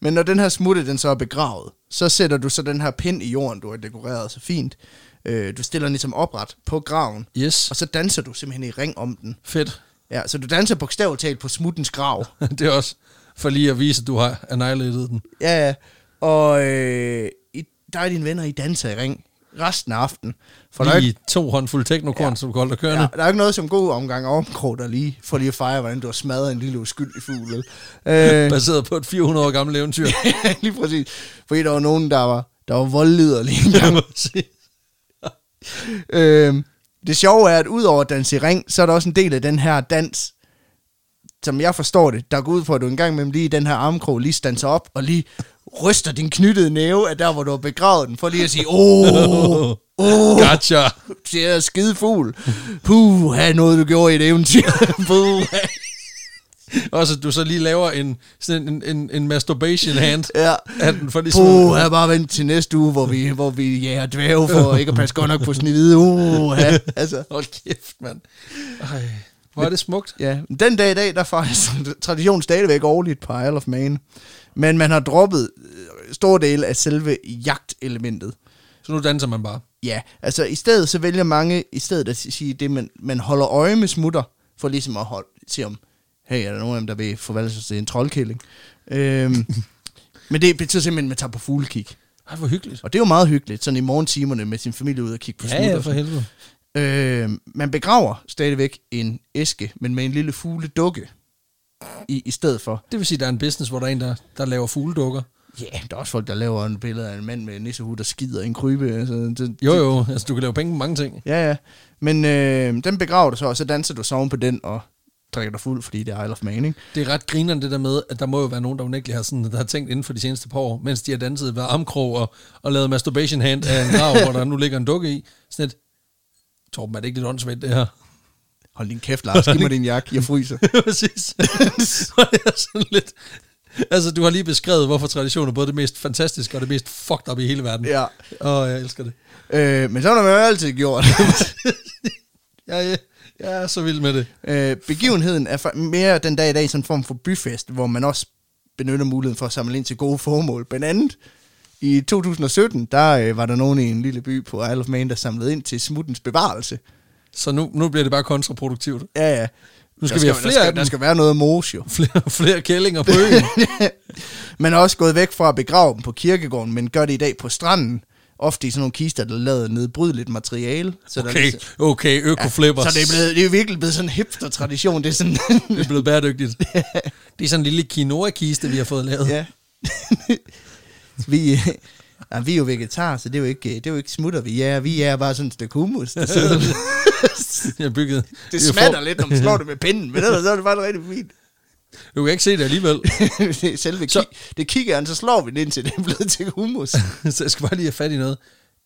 men når den her smutte, den så er begravet, så sætter du så den her pind i jorden, du har dekoreret så fint. Øh, du stiller den ligesom opret på graven,
Yes,
og så danser du simpelthen i ring om den.
fedt.
Ja, så du danser bogstaveligt talt på smuttens grav.
det er også for lige at vise, at du har annihilated den.
Ja, ja. og øh, I, dig og dine venner, I danser i ring resten af aftenen. For der er,
Lige
ikke,
to håndfulde teknokorn, ja. som du holder
ja,
kørende.
der er jo ikke noget som god omgang omkrog der lige, for lige at fejre, hvordan du har smadret en lille uskyldig fugl. vel? Øh,
Ja. Baseret på et 400 år gammelt eventyr.
Ja, lige præcis. Fordi der var nogen, der var, der var voldlyder lige en gang. øhm, det sjove er, at udover at danse i ring, så er der også en del af den her dans, som jeg forstår det, der går ud på, at du en gang imellem lige i den her armkrog lige standser op og lige ryster din knyttede næve af der, hvor du har begravet den, for lige at sige, åh,
oh, oh. Gotcha.
det er skide fugl. Puh, have noget, du gjorde i et eventyr. Puh,
Og så du så lige laver en, sådan en, en, en masturbation hand
ja.
af den, for ligesom...
Puh, jeg bare vent til næste uge, hvor vi, hvor vi jager dværge for ikke at passe godt nok på snevide. Uh, ja, altså.
Hold kæft, mand. Ej, hvor er det smukt.
Ja, men den dag i dag, der er faktisk traditionen stadigvæk årligt på Isle of Man. Men man har droppet øh, stor del af selve jagtelementet.
Så nu danser man bare.
Ja, altså i stedet så vælger mange, i stedet at sige det, man, man holder øje med smutter, for ligesom at holde, se om, hey, er der nogen af dem, der vil forvandle sig til en troldkælling? Øhm, men det betyder simpelthen, at man tager på fuglekig.
Ej, hvor hyggeligt.
Og det er jo meget hyggeligt, sådan i morgentimerne med sin familie ud og kigge på
Ja, ja,
smutter.
for helvede.
Øh, man begraver stadigvæk en æske, men med en lille fugledukke i, i stedet for.
Det vil sige, at der er en business, hvor der er en, der, der laver fugledukker.
Ja, yeah, der er også folk, der laver en billede af en mand med en nissehue, der skider i en krybe. Altså, det,
Jo, jo, altså du kan lave penge på mange ting.
Ja, ja. Men øh, den begraver du så, og så danser du soven på den, og drikker dig fuld, fordi det er Isle of Man, ikke?
Det er ret grinerende det der med, at der må jo være nogen, der unægteligt har, sådan, der har tænkt inden for de seneste par år, mens de har danset ved armkrog og, og lavet masturbation hand af en grav, hvor der nu ligger en dukke i. Sådan et, Torben, er det ikke lidt åndssvagt det her?
Hold din kæft, Lars. Giv mig din jakke. Jeg fryser.
Præcis. Og det er sådan lidt... Altså, du har lige beskrevet, hvorfor tradition er både det mest fantastiske og det mest fucked up i hele verden.
ja.
Og jeg elsker det.
Øh, men så har man jo altid gjort.
Jeg, jeg, jeg er så vild med det.
Øh, begivenheden er fa- mere den dag i dag sådan en form for byfest, hvor man også benytter muligheden for at samle ind til gode formål. Blandt andet i 2017, der øh, var der nogen i en lille by på Isle of Man, der samlede ind til smuttens bevarelse.
Så nu, nu bliver det bare kontraproduktivt.
Ja, ja.
Nu skal
der
vi have
der
flere
skal,
af dem.
Der skal være noget mos jo.
Flere, flere kællinger på øen.
Man er også gået væk fra at begrave dem på kirkegården, men gør det i dag på stranden. Ofte i sådan nogle kister, der er lavet af nedbrydeligt materiale. Så der er
Okay,
ligesom-
okay, økoflippers.
så det er, blevet, det er virkelig blevet sådan en hipster-tradition. Det er sådan...
det er blevet bæredygtigt. Det er sådan en lille quinoa-kiste, vi har fået lavet.
Ja. vi, øh, nej, vi er jo vegetarer, så det er jo ikke, øh, det er jo ikke smutter, vi er. Vi er bare sådan et stykke hummus. der sidder-
Jeg har bygget.
det
jeg
smatter
får-
lidt, når man slår det med pinden, men ellers så er det bare rigtig fint.
Du kan ikke se det alligevel.
Det er Selve
Så-
ki- det kigger han, så slår vi det ind til det er blevet til hummus.
så jeg skal bare lige have fat i noget.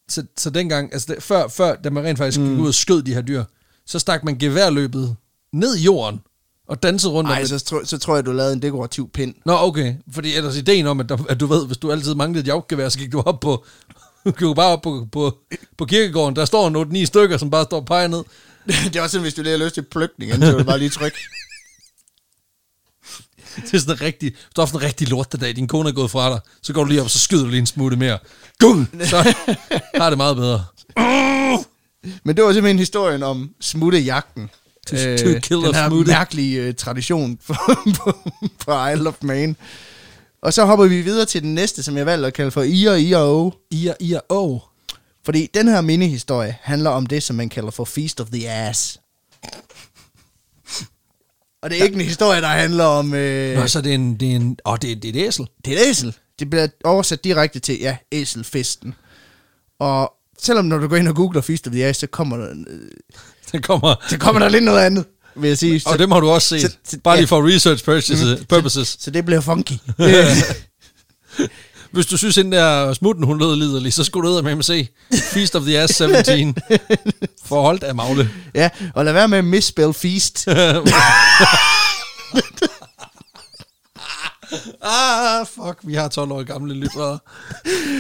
Så, så dengang, altså det, før, før, da man rent faktisk mm. gik ud og skød de her dyr, så stak man geværløbet ned i jorden og dansede rundt om
Nej,
det.
så, tro, så tror jeg, du lavede en dekorativ pind.
Nå, okay. Fordi ellers ideen om, at, der, at du ved, hvis du altid manglede et jagtgevær, så gik du op på... Du gik jo bare op på, på, på kirkegården. Der står en 8-9 stykker, som bare står og peger ned.
det er også sådan, hvis du lige har lyst til pløkning, så er det bare lige tryk.
Det er sådan en rigtig, du har haft en rigtig lort dag, din kone er gået fra dig, så går du lige op, så skyder du lige en smutte mere. Gung! Så har det meget bedre.
Men det var simpelthen historien om smuttejagten. Øh,
To- to kill
den
a
her
smutte.
mærkelige øh, tradition på, på, på Isle of Man. Og så hopper vi videre til den næste, som jeg valgte at kalde for Ira Ira O.
I og I og O.
Fordi den her minihistorie handler om det, som man kalder for Feast of the Ass. Og det er ikke en historie, der handler om... Øh,
Nå, så det er en... Det er en åh, det, er- det er et æsel.
det er et æsel. Det bliver oversat direkte til, ja, æselfesten. Og selvom når du går ind og googler Feast of the Ass, så kommer der, øh,
Det kommer...
så kommer der lidt noget andet, vil jeg sige.
Og
Så,
dem har du også set.
så- så-
Bare
ja.
lige for research purchases- purposes.
så det bliver funky. Øh,
Hvis du synes, den der smutten, hun lød liderlig, så skulle du ud med at se Feast of the Ass 17. Forholdt af Magle.
ja, og lad være med at misspell feast.
ah, fuck, vi har 12 år gamle lyttere.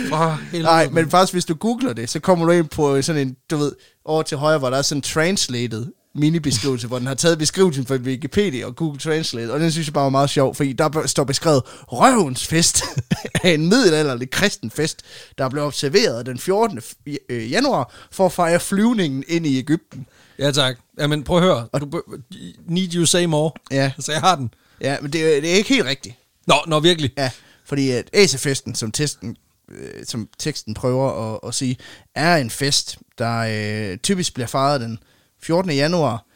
For helvede.
Nej, men faktisk, hvis du googler det, så kommer du ind på sådan en, du ved, over til højre, hvor der er sådan en translated minibeskrivelse, hvor den har taget beskrivelsen fra Wikipedia og Google Translate, og den synes jeg bare var meget sjov, fordi der be- står beskrevet Røvens Fest af en middelalderlig kristen fest, der blev observeret den 14. f- øh, januar for at fejre flyvningen ind i Ægypten.
Ja, tak. Jamen, prøv at høre. Du, bø- need you say more?
Ja.
Så jeg har den.
Ja, men det, er- det er ikke helt rigtigt.
Nå, nå, virkelig.
Ja, fordi at Asefesten, som testen øh, som teksten prøver at, at sige, er en fest, der øh, typisk bliver fejret den 14. januar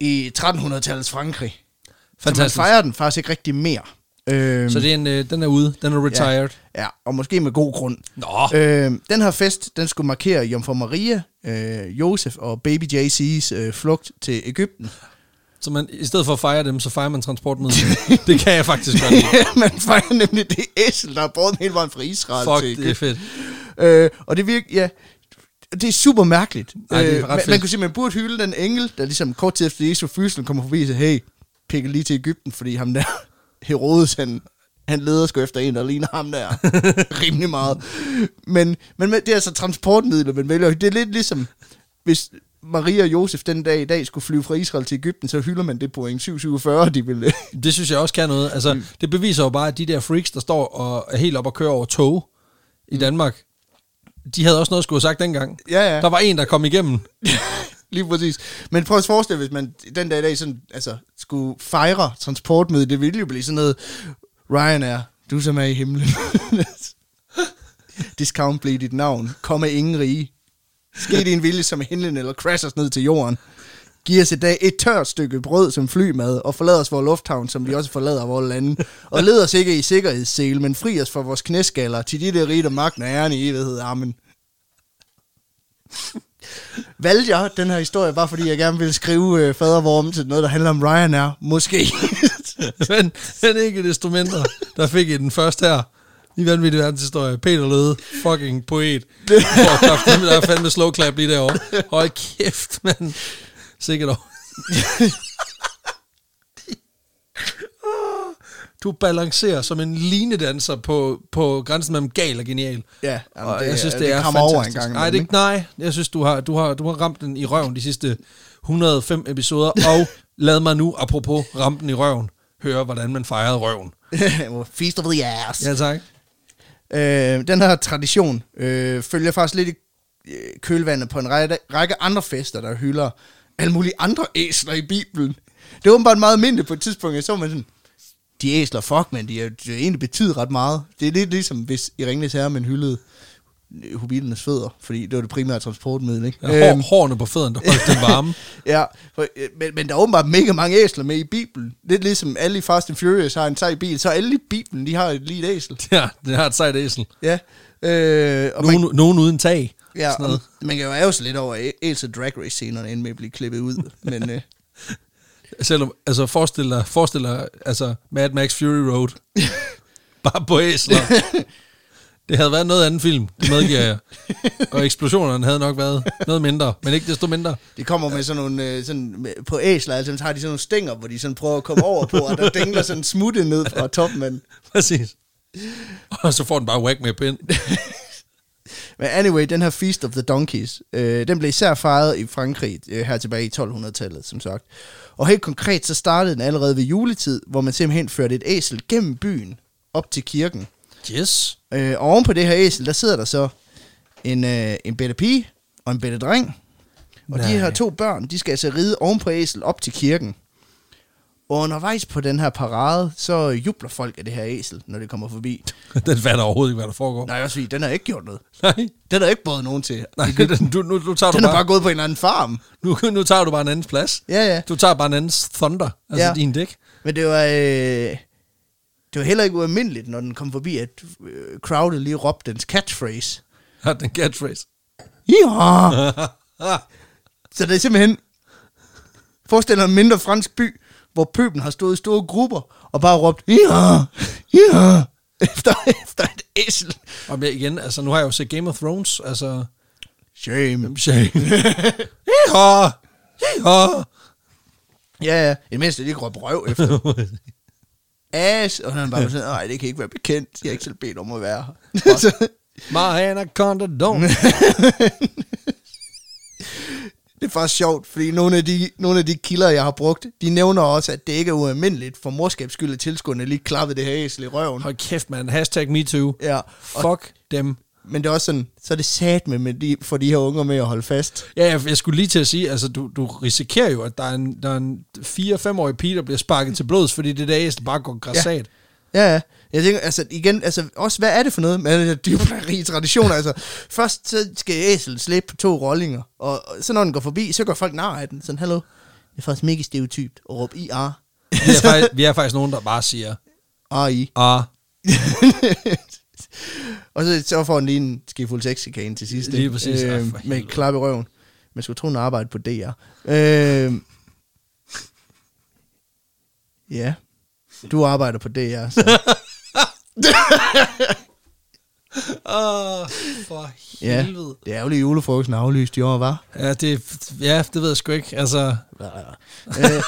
i 1300-tallets Frankrig.
Fantastisk.
Så man fejrer den faktisk ikke rigtig mere. Øhm,
Så det er en, øh, den er ude. Den er retired.
Ja, ja, og måske med god grund.
Nå.
Øhm, den her fest, den skulle markere Jomfru Maria, øh, Josef og Baby JC's øh, flugt til Ægypten.
Så man, i stedet for at fejre dem, så fejrer man transportmidlet. det kan jeg faktisk godt lide.
Man fejrer nemlig det æsel, der er båret hele vejen fra Israel til
Fuck,
Ægypten.
det er fedt.
Øh, og det virker, ja, det er super mærkeligt.
Ej, det er
Øh,
ret
man,
fedt.
man kunne sige, man burde hylde den engel, der ligesom kort tid efter Jesu fødsel kommer forbi og siger, hey, pikke lige til Ægypten, fordi ham der, Herodes, han, han leder sgu efter en, der ligner ham der rimelig meget. Men, men med- det er altså transportmidler, man vælger. Det er lidt ligesom, hvis Maria og Josef den dag i dag skulle flyve fra Israel til Ægypten, så hylder man det point 747, de ville...
Det synes jeg også kan noget. Altså, mm. det beviser jo bare, at de der freaks, der står og er helt op og kører over tog i Danmark, de havde også noget at skulle have sagt dengang.
Ja, ja.
Der var en, der kom igennem.
Lige præcis. Men prøv at forestille, hvis man den dag i dag sådan, altså, skulle fejre transportmødet, det ville jo blive sådan noget, Ryanair, du som er i himlen. Discount blev dit navn. Kom af ingen rige. Ske din vilje som i himlen, eller crash os ned til jorden. Giv os i dag et tørt stykke brød som flymad, og forlad os vores lufthavn, som vi også forlader vores lande. Og led os ikke i sikkerhedssele, men fri os fra vores knæskaller til de der rige, der magten og æren i evighed. Amen valgte jeg den her historie, bare fordi jeg gerne ville skrive øh, fadervor om til noget, der handler om Ryanair. Måske.
men, men ikke desto mindre, der fik I den første her. I vanvittig verdenshistorie. Peter Løde, fucking poet. For kraften, der er fandme slow clap lige derovre. Hold kæft, mand. Sikkert over. Du balancerer som en linedanser på, på grænsen mellem gal og genial.
ja, jamen, øh,
og jeg synes, det, er
kommer
fantastisk.
over en gang.
nej, det er ikke, nej, jeg synes, du har, du, har, du har ramt den i røven de sidste 105 episoder, og lad mig nu, apropos ramt den i røven, høre, hvordan man fejrede røven.
ikke? Feast of the ass.
Ja, tak.
Øh, den her tradition øh, følger faktisk lidt i øh, kølvandet på en række, række andre fester, der hylder alle mulige andre æsler i Bibelen. Det var åbenbart meget almindeligt på et tidspunkt, jeg så man sådan, de æsler, fuck, men de er, de er egentlig betyder ret meget. Det er lidt ligesom, hvis i Ringnes Herre, man hyldede øh, hobiternes fødder, fordi det var det primære transportmiddel, ikke?
Ja,
Øhm,
hår, hårene på fødderne, der holdt den varme.
Ja, for, øh, men, men der er åbenbart mega mange æsler med i Bibelen. Lidt ligesom alle i Fast and Furious har en sej bil, så alle i Bibelen, de har et lige et æsel.
Ja, det har et sejt æsel.
Ja, øh, og, man,
Nogen, nogen uden tag.
ja,
Sådan
og
noget.
man kan jo ære sig lidt over, at æsel drag race scenerne endte med at blive klippet ud. men øh,
Selvom, altså forestil dig, forestil dig altså, Mad Max Fury Road. Bare på æsler. Det havde været noget anden film, det medgiver jeg. Og eksplosionerne havde nok været noget mindre, men ikke desto mindre.
det kommer med sådan nogle, øh, sådan, med- på æsler, altså så har de sådan nogle stænger, hvor de sådan prøver at komme over på, og der dingler sådan en smutte ned fra toppen. Men,
Præcis. Og så får den bare whack med pind.
men anyway, den her Feast of the Donkeys, øh, den blev især fejret i Frankrig øh, her tilbage i 1200-tallet, som sagt. Og helt konkret, så startede den allerede ved juletid, hvor man simpelthen førte et æsel gennem byen op til kirken.
Yes.
Øh, og oven på det her æsel, der sidder der så en, øh, en bedre pige og en bedre dreng. Og Nej.
Nej.
de her to børn, de skal altså ride oven på æsel op til kirken. Og undervejs på den her parade, så jubler folk af det her æsel, når det kommer forbi.
den fatter overhovedet ikke, hvad der foregår.
Nej, også fordi, den har ikke gjort noget.
Nej.
Den har ikke båret nogen til.
Nej, den, du, nu, nu, tager du
Den er
bare,
bare gået på en eller anden farm.
nu, nu tager du bare en andens plads.
Ja, ja.
Du tager bare en andens thunder, altså
Ja.
din dæk.
Men det var, øh, det var heller ikke ualmindeligt, når den kom forbi, at øh, crowdet lige råbte dens catchphrase.
Har den catchphrase.
Ja! Så det er simpelthen... Forestil dig en mindre fransk by, hvor pøben har stået i store grupper og bare råbt, ja, ja, efter, efter et æsel.
Og jeg- igen, altså nu har jeg jo set Game of Thrones, altså...
Shame.
Shane. Yeehaw! Yeehaw!
Ja, ja. I det mindste, de ikke råbe røv efter. Ass! Og han bare sådan, nej, det kan ikke være bekendt. Jeg har ikke selv bedt om at være her. Så-
My anaconda don't.
Det er faktisk sjovt, fordi nogle af, de, nogle af de kilder, jeg har brugt, de nævner også, at det ikke er ualmindeligt for morskabs skyld, at tilskuerne lige klappede det her æsel i røven.
Hold kæft, mand. Hashtag MeToo.
Ja, og,
Fuck dem.
men det er også sådan, så er det sat med, med de, for de her unger med at holde fast.
Ja, jeg, jeg skulle lige til at sige, altså du, du risikerer jo, at der er en, der er en 4-5-årig pige, der bliver sparket til blods, fordi det der æsel bare går græssat.
Ja, ja. Jeg tænker, altså igen, altså også, hvad er det for noget med den her dyrplageri tradition? altså, først så skal æsel slippe på to rollinger, og, og så når den går forbi, så går folk nar af den. Sådan, hallo, det er faktisk mega stereotypt at råbe IR.
Vi, er faktisk, vi er faktisk nogen, der bare siger,
AI.
ah,
og så, så får han lige en skefuld sexikane til sidst.
Lige
ikke? Øhm,
præcis. Ej, for
med
helvede.
et klap i røven. Man skulle tro, hun arbejde på DR. Øh, ja. Du arbejder på DR. Så.
ah, for
Ja.
helvede.
Det er jo lige julefrokosten er aflyst i år, var.
Ja. ja, det, ja, det ved jeg sgu ikke. Altså,
Øh,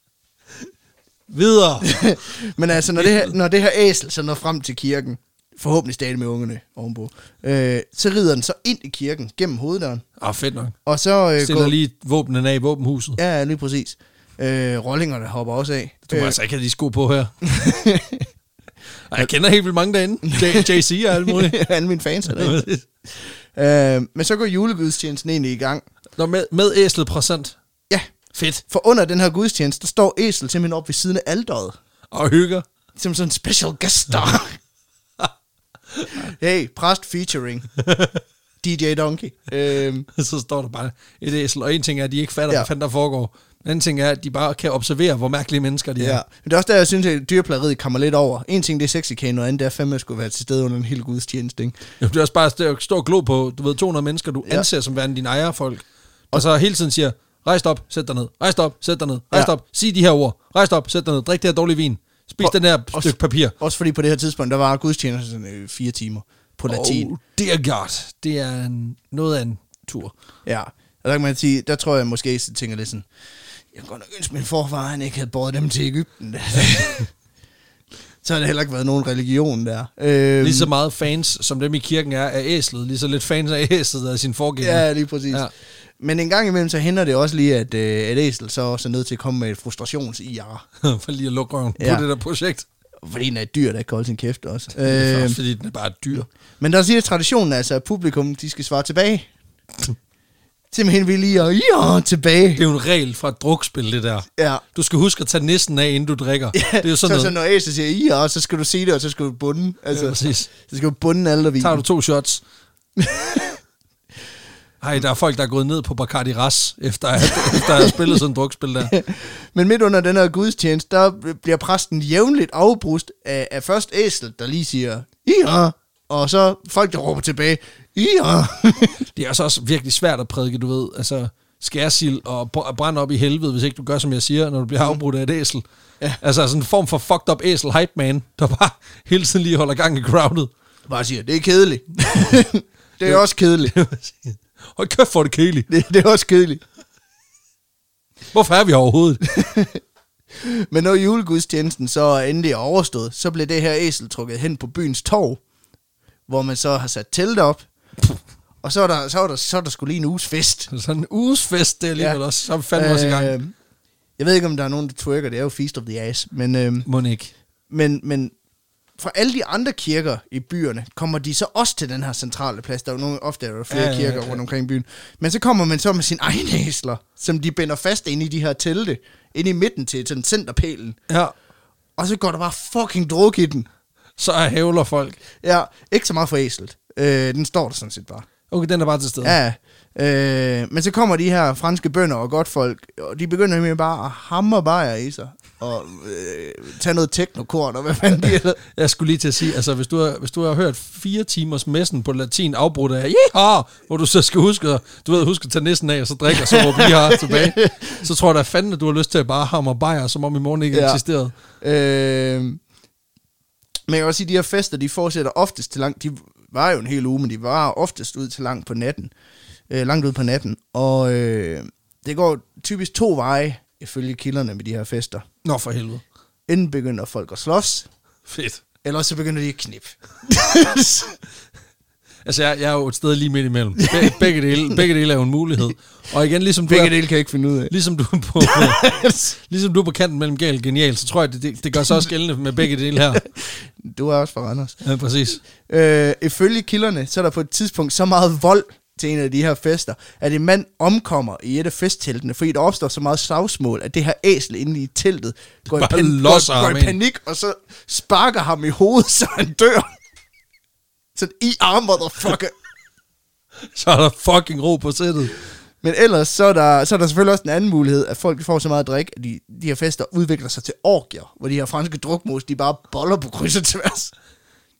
videre.
Men altså, når det, her, når det her æsel så når frem til kirken, forhåbentlig stadig med ungerne ovenpå, øh, så rider den så ind i kirken gennem hoveddøren,
Ah, fedt nok.
og så øh,
Stiller lige våbnene af i våbenhuset.
Ja, ja, lige præcis. Øh, rollingerne hopper også af.
Du må øh. altså ikke have de sko på her. Ej, jeg kender helt vildt mange derinde. J- JC og alt muligt.
alle mine fans er der. øh, men så går julegudstjenesten egentlig i gang.
Nå, med, med æslet procent.
Ja,
Fedt.
for under den her gudstjeneste, der står Æsel simpelthen op ved siden af alderet.
Og hygger.
Som sådan en special guest star. hey, præst featuring DJ Donkey. Øhm,
Så står der bare et æsel. Og en ting er, at de ikke fatter, ja.
Ja.
hvad fanden der foregår. En anden ting er, at de bare kan observere, hvor mærkelige mennesker de
ja.
er.
Men det er også der, jeg synes, at dyrplageriet kommer lidt over. En ting, det er sexikane, og andet det er fandme, at jeg skulle være til stede under en hel gudstjeneste. Ikke?
Det er også bare at stå- stå og glo på, du ved, 200 mennesker, du ja.
Ja.
anser som værende dine ejerfolk. Og så hele tiden siger, rejs dig op, sæt dig ned, rejs dig op, sæt dig ned, rejs
Ja.
dig op, sig de her ord, rejs dig op, sæt dig ned, drik det her dårlige vin, spis og,
Og-
den her
og-
stykke papir.
Også fordi på det her tidspunkt, der var gudstjenesten øh, fire timer på latin.
Oh, dear God. Det er en, noget af en tur.
Ja, og der kan man sige, der tror jeg måske, at jeg tænker lidt sådan, jeg kunne godt nok ønske, min forfar han ikke havde båret dem til Ægypten. så har det heller ikke været nogen religion der. Øhm,
Lige så meget fans, som dem i kirken er af æslet, lige så lidt fans af æslet af sin forgænger.
Ja, lige præcis.
Ja.
Ja. Men en gang imellem, så hænder det også lige, at, øh, at Æsel så også er nødt til at komme med et frustrations-IR.
For lige at lukke røven ja.
Ja.
på det der projekt.
Fordi den er et dyr, der ikke kan holde sin kæft også.
Øh,
Øh,
fordi den er bare et dyr.
men der siger traditionen altså, at publikum, de skal svare tilbage. Simpelthen vil lige at ja, tilbage.
Det er jo en regel fra et drukspil, det der.
Ja.
Du skal huske at tage næsten af, inden du drikker. Ja, det er jo sådan
så,
noget.
så når Æsel siger ja, så skal du sige det, og så skal du bunde. Altså,
ja, præcis.
Så skal du bunde alle der
Tager du
vinen.
to shots. Ej, der er folk, der er gået ned på Bacardi Ras, efter at, efter at have spillet sådan et drukspil der.
Men midt under den her gudstjeneste, der bliver præsten jævnligt afbrust af, af først æsel, der lige siger, ja, og så folk, der råber tilbage, ja.
Det er altså også virkelig svært at prædike, du ved. Altså, skærsild og br- brand op i helvede, hvis ikke du gør, som jeg siger, når du bliver afbrudt af et æsel. Ja. Altså sådan en form for fucked up æsel hype man, der bare hele tiden lige holder gang i crowdet.
Bare siger, det er kedeligt. det er også kedeligt.
Hold kæft for det kedeligt.
Det, det er også kedeligt.
Hvorfor er vi her overhovedet?
Men når julegudstjenesten så endelig er overstået, så blev det her æsel trukket hen på byens torv, hvor man så har sat telt op, og så er der, så er der, så er der skulle lige en uges fest.
Sådan en uges fest, det er alligevel ja. også. Så fandt øh, også i gang.
Øh, Jeg ved ikke, om der er nogen, der twerker. Det er jo Feast of the Ass. øhm, Men, øh,
Må ikke.
men, men fra alle de andre kirker i byerne, kommer de så også til den her centrale plads. Der er jo nogle, ofte er der jo flere
Ja,
ja,
ja,
kirker
ja.
rundt omkring i byen. Men så kommer man så med sine egne æsler, som de binder fast inde i de her telte, inde i midten til sådan centerpælen.
Ja.
Og så går der bare fucking druk i den.
Så er hævler folk.
Ja, ikke så meget for æslet. Øh, den står der sådan set bare.
Okay, den er bare til stede.
Ja, øh, men så kommer de her franske bønder og godt folk, og de begynder nemlig bare at hamre bajer i sig, og øh, tage noget teknokorn, og hvad fanden de ellers-
Jeg skulle lige til at sige, altså hvis du har, hvis du har hørt fire timers messen på latin afbrudt af, Yeehaw! hvor du så skal huske, at- du ved, huske at tage næsten af, og så drikke, og så råbe "Yeehaw" tilbage, så tror jeg da fandme, at du har lyst til at bare hamre bajer, som om i morgen ikke
Ja.
ja. eksisterede.
Øh, men jeg vil også sige, at de her fester, de fortsætter oftest til langt, de var jo en hel uge, men de var oftest ud til langt på natten. Øh, langt ud på natten. Og øh, det går typisk to veje, ifølge kilderne med de her fester.
Nå for helvede.
Enten begynder folk at slås,
Fedt.
eller så begynder de at knippe.
Altså, jeg, jeg er jo et sted lige midt imellem. Be- begge, dele, begge dele er jo en mulighed. Og igen, ligesom du,
Begge
er,
dele kan jeg ikke finde ud af.
ligesom du, er på, ligesom du er på kanten mellem gal og genial, så tror jeg, det, det, det gør sig også gældende med begge dele her.
Du er også fra Randers.
Ja, præcis.
Øh, ifølge kilderne, så er der på et tidspunkt så meget vold til en af de her fester, at en mand omkommer i et af festteltene, fordi der opstår så meget slagsmål, at det her æsel inde i teltet går, i,
Bare
pan-
losser
går, går
ham
i
ind.
panik, og så sparker ham i hovedet, så han dør. Sådan i arm, motherfucker.
Så er der fucking ro på sættet.
Men ellers, så er, der, så er der selvfølgelig også en anden mulighed, at folk får så meget drik, at de, de her fester udvikler sig til orgier, hvor de her franske drukmos, de bare boller på kryds og tværs.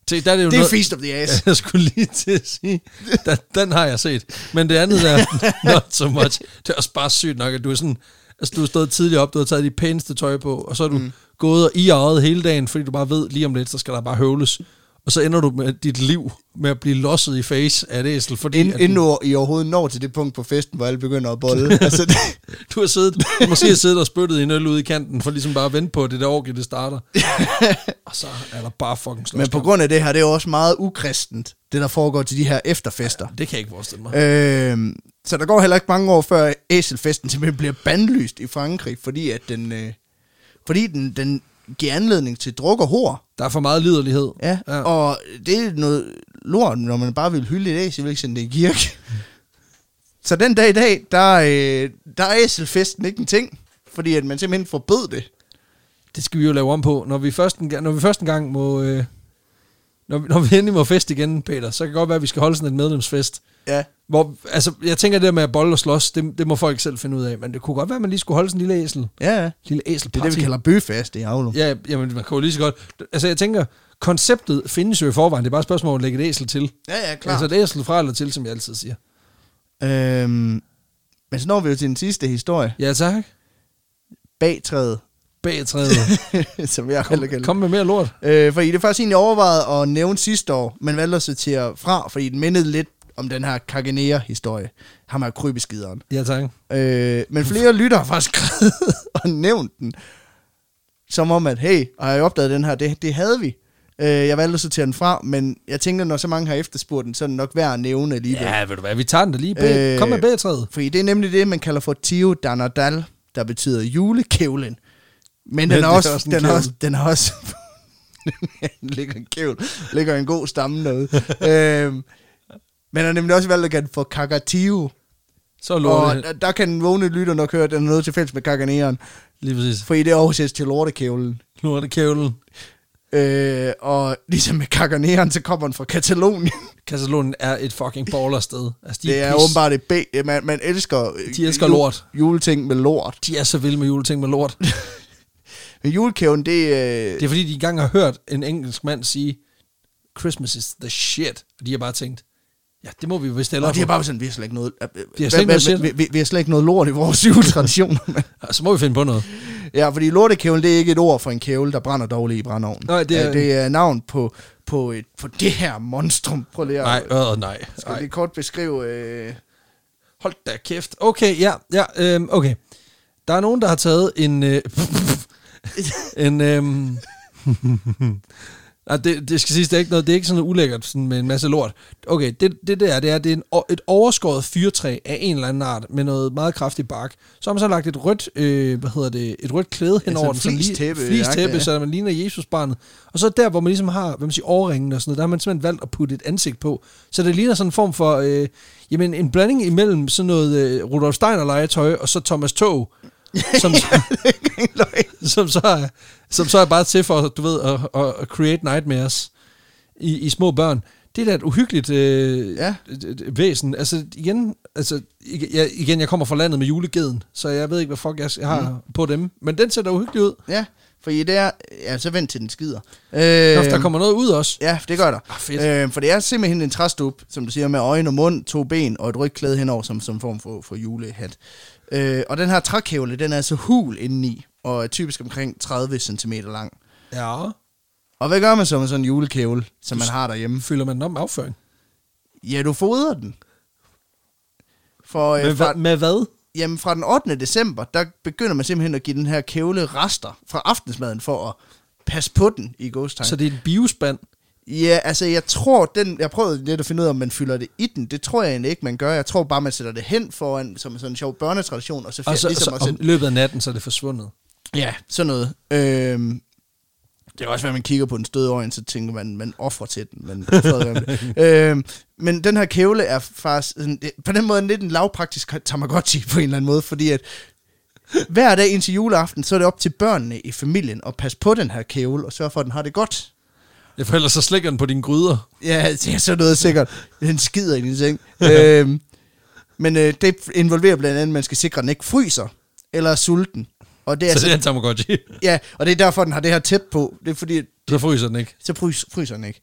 Se, der er det, jo
Det er
noget-
feast of the ass.
Ja, jeg skulle lige til at sige, den, den har jeg set. Men det andet der, not so much, det er også bare sygt nok, at du er sådan, altså du er stået tidligere op, du har taget de pæneste tøj på, og så er du mm. gået og iaret hele dagen, fordi du bare ved, lige om lidt, så skal der bare høvles. Og så ender du med dit liv med at blive losset i face af et æsel, fordi
Ind,
at
inden du I overhovedet når til det punkt på festen, hvor alle begynder at bolle. altså, det,
du har siddet, du måske har siddet og spyttet i en øl ude i kanten, for ligesom bare at vente på, at det der orgie, det starter. og så er der bare fucking slås.
men på grund af det her, det er jo også meget ukristent, det der foregår til de her efterfester.
Det kan jeg ikke forestille mig.
Øh, så der går heller ikke mange år, før æselfesten simpelthen bliver bandlyst i Frankrig, fordi at den, øh, fordi den, den giver anledning til druk og hår.
Der er for meget liderlighed.
Ja. ja. Og det er noget lort, når man bare vil hylde et æsel, vil ikke sende det i kirke. Så den dag i dag, der, øh, der er æselfesten ikke en ting, fordi at man simpelthen forbød det.
Det skal vi jo lave om på. Når vi først en, ga- når vi først en gang må... Øh, når, vi, når vi endelig må fest igen, Peter, så kan det godt være, at vi skal holde sådan en medlemsfest.
Ja.
Hvor, altså, jeg tænker det der med at bolle og slås, det, det må folk selv finde ud af. Men det kunne godt være, at man lige skulle holde sådan en lille æsel.
Ja, ja.
Lille æsel
Det er det, vi kalder bøfest i Aulum.
Ja, jamen, man kan jo lige så godt... Altså, jeg tænker, konceptet findes jo i forvejen. Det er bare et spørgsmål om at lægge et æsel til.
Ja, ja,
Altså, et æsel fra eller til, som jeg altid siger.
Øhm, men så når vi jo til den sidste historie.
Ja, tak.
Bagtræet,
Bag træet.
som jeg heller
Kom,
kalder
kom med mere lort.
Øh, fordi det faktisk egentlig overvejet at nævne sidste år, men valgte at sortere fra, fordi den mindede lidt om den her Kaganea-historie. Ham er krybeskideren.
Ja, tak.
Øh, men flere lyttere har faktisk skrevet og nævnt den. Som om, at hey, har jeg opdaget den her? Det, det havde vi. Øh, jeg valgte at sortere den fra, men jeg tænker, når så mange har efterspurgt den, så er den nok værd at nævne alligevel.
Ja, ved du hvad, vi tager den da lige. Bag,
Øh,
kom med bag træet.
Fordi det er nemlig det, man kalder for Tio Danadal, der betyder julekævlen. Men, Men den,
det
er
er
også,
også en
den, er
kævle.
også, den er også... den ligger en kævl. Ligger en god stamme derude. øhm, men har nemlig også valgt at kalde den for Kakatio.
Så er
Og
lortet.
der, der kan den vågne lytter nok høre, at den er noget til fælles med kakaneren.
Lige præcis.
Fordi det oversættes til lortekævlen.
Lortekævlen.
Øh, og ligesom med kakaneren, så kommer den fra Katalonien.
Katalonien er et fucking ballersted. Altså, de
Det er
pis-
åbenbart et B. Man, man elsker,
De elsker
ju-
lort.
Juleting med lort.
De er så vilde med juleting med lort.
Men julekæven, det, øh,
Det er fordi, de engang har hørt en engelsk mand sige, Christmas is the shit. Og de har bare tænkt, ja, det må vi vist hellere
Og det er
få.
bare sådan, vi har slet ikke noget... øh, Vi
har slet ikke noget shit.
vi, vi, vi har slet ikke noget lort i vores juletraditioner, mand.
Og Altså, Så må vi finde på noget.
Ja, fordi lortekævlen, det er ikke et ord for en kævle, der brænder dårligt i brændeovnen.
Nej, det er-
Øh, det er navn på, på, et, på det her monstrum. Prøv lige at...
Nej, øh, nej.
Skal jeg
nej.
lige kort beskrive... Øh,
Hold da kæft. Okay, ja, ja, øhm, okay. Der er nogen, der har taget en... Øh, en... Øhm, Nej, det, det skal siges, det er ikke noget, det er ikke sådan noget ulækkert sådan med en masse lort. Okay, det, det der, det er, det er en, o- et overskåret fyrtræ af en eller anden art med noget meget kraftig bark. Så har man så lagt et rødt, øh, hvad hedder det, et rødt klæde hen
Ja,
over
sådan
den.
flistæppe-
Flistæppe,
ja.
så man ligner Jesusbarnet. Og så der, hvor man ligesom har, hvad man siger, overringen og sådan noget, der har man simpelthen valgt at putte et ansigt på. Så det ligner sådan en form for, øh, jamen en blanding imellem sådan noget øh, Rudolf Steiner legetøj og så Thomas Tog. som, som, så er, som så er bare til for, du ved, at, at, at create nightmares i, i små børn. Det er da et uhyggeligt øh, ja.
Ja.
væsen. Altså igen, altså, ig- jeg, igen, jeg kommer fra landet med julegeden, så jeg ved ikke, hvad fuck jeg s- jeg har mm. på dem. Men den ser da uhyggelig ud.
Ja, for i det er, ja, så vent til den skider. Øh,
Nå, der kommer noget ud også.
Ja, det gør der.
Ah, fedt.
Øh, for det er simpelthen en træstup, som du siger, med øjne og mund, to ben og et rødt klæde henover som, som form for, for julehat. Øh, og den her trækævle, den er så hul indeni, og er typisk omkring 30 cm lang.
Ja,
Og hvad gør man så med sådan en julekævle, som man har derhjemme?
Mm, fylder man den op med afføring.
Ja, du fodrer den. For, øh,
Med,
fra,
hva- med hvad?
jamen, fra den 8. december, der begynder man simpelthen at give den her kævle rester fra aftensmaden for at passe på den i godstegn.
Så det er en biospand.
Ja, altså jeg tror, den, jeg prøvede lidt at finde ud af, om man fylder det i den. Det tror jeg egentlig ikke, man gør. Jeg tror bare, man sætter det hen foran, som sådan en sjov børnetradition, og så,
Og så,
ligesom
så
at
om
sætte,
løbet af natten, så er det forsvundet.
Ja, sådan noget. Øhm, det kan også være, at man kigger på en stød øjen, så tænker man, man offrer til den. Men, fred være med det. øhm, men den her kævle er faktisk sådan, det- på den måde lidt en lavpraktisk Tamagotchi på en eller anden måde, fordi at hver dag indtil juleaften, så er det op til børnene i familien at passe på den her kævle og sørge for, at den har det godt.
Ja, for ellers så slikker den på dine gryder.
Ja, det er sådan noget sikkert. Den skider i din seng. øhm, men øh, det involverer blandt andet, at man skal sikre, at den ikke fryser eller er sulten. Og det er,
Så det
så,
er altså- en Tamagotchi.
ja, og det er derfor, den har det her tæt på. Det er fordi,
Så fryser den ikke.
så frys, fryser den ikke.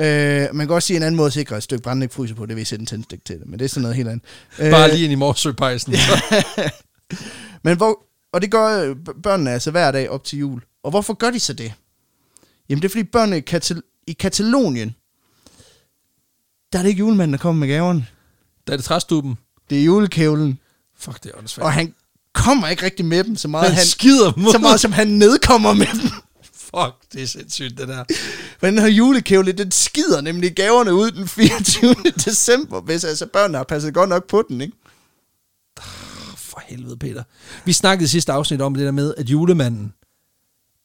Øh, man kan også sige, at en anden måde at sikre, at et stykke brændende ikke fryser på, det er ved at sætte en tændstik til det. Men det er sådan noget helt andet. Øh,
Bare lige ind i morsøpejsen.
Men hvor, og det gør øh, b- børnene altså hver dag op til jul. Og hvorfor gør de så det? Jamen det er fordi børnene i, Katal- i Katalonien, der er det ikke julemanden, der kommer med gaverne.
Der er det træstuben.
Det er julekævlen.
Fuck, det er åndssvagt.
Og han kommer ikke rigtig med dem, så meget,
Han
han,
skider dem
så meget som han nedkommer med dem.
Fuck, det er sindssygt, det der.
For den her julekævle, den skider nemlig gaverne ud den 24. december, hvis altså børnene har passet godt nok på den, ikke?
For helvede, Peter. Vi snakkede i sidste afsnit om det der med, at julemanden...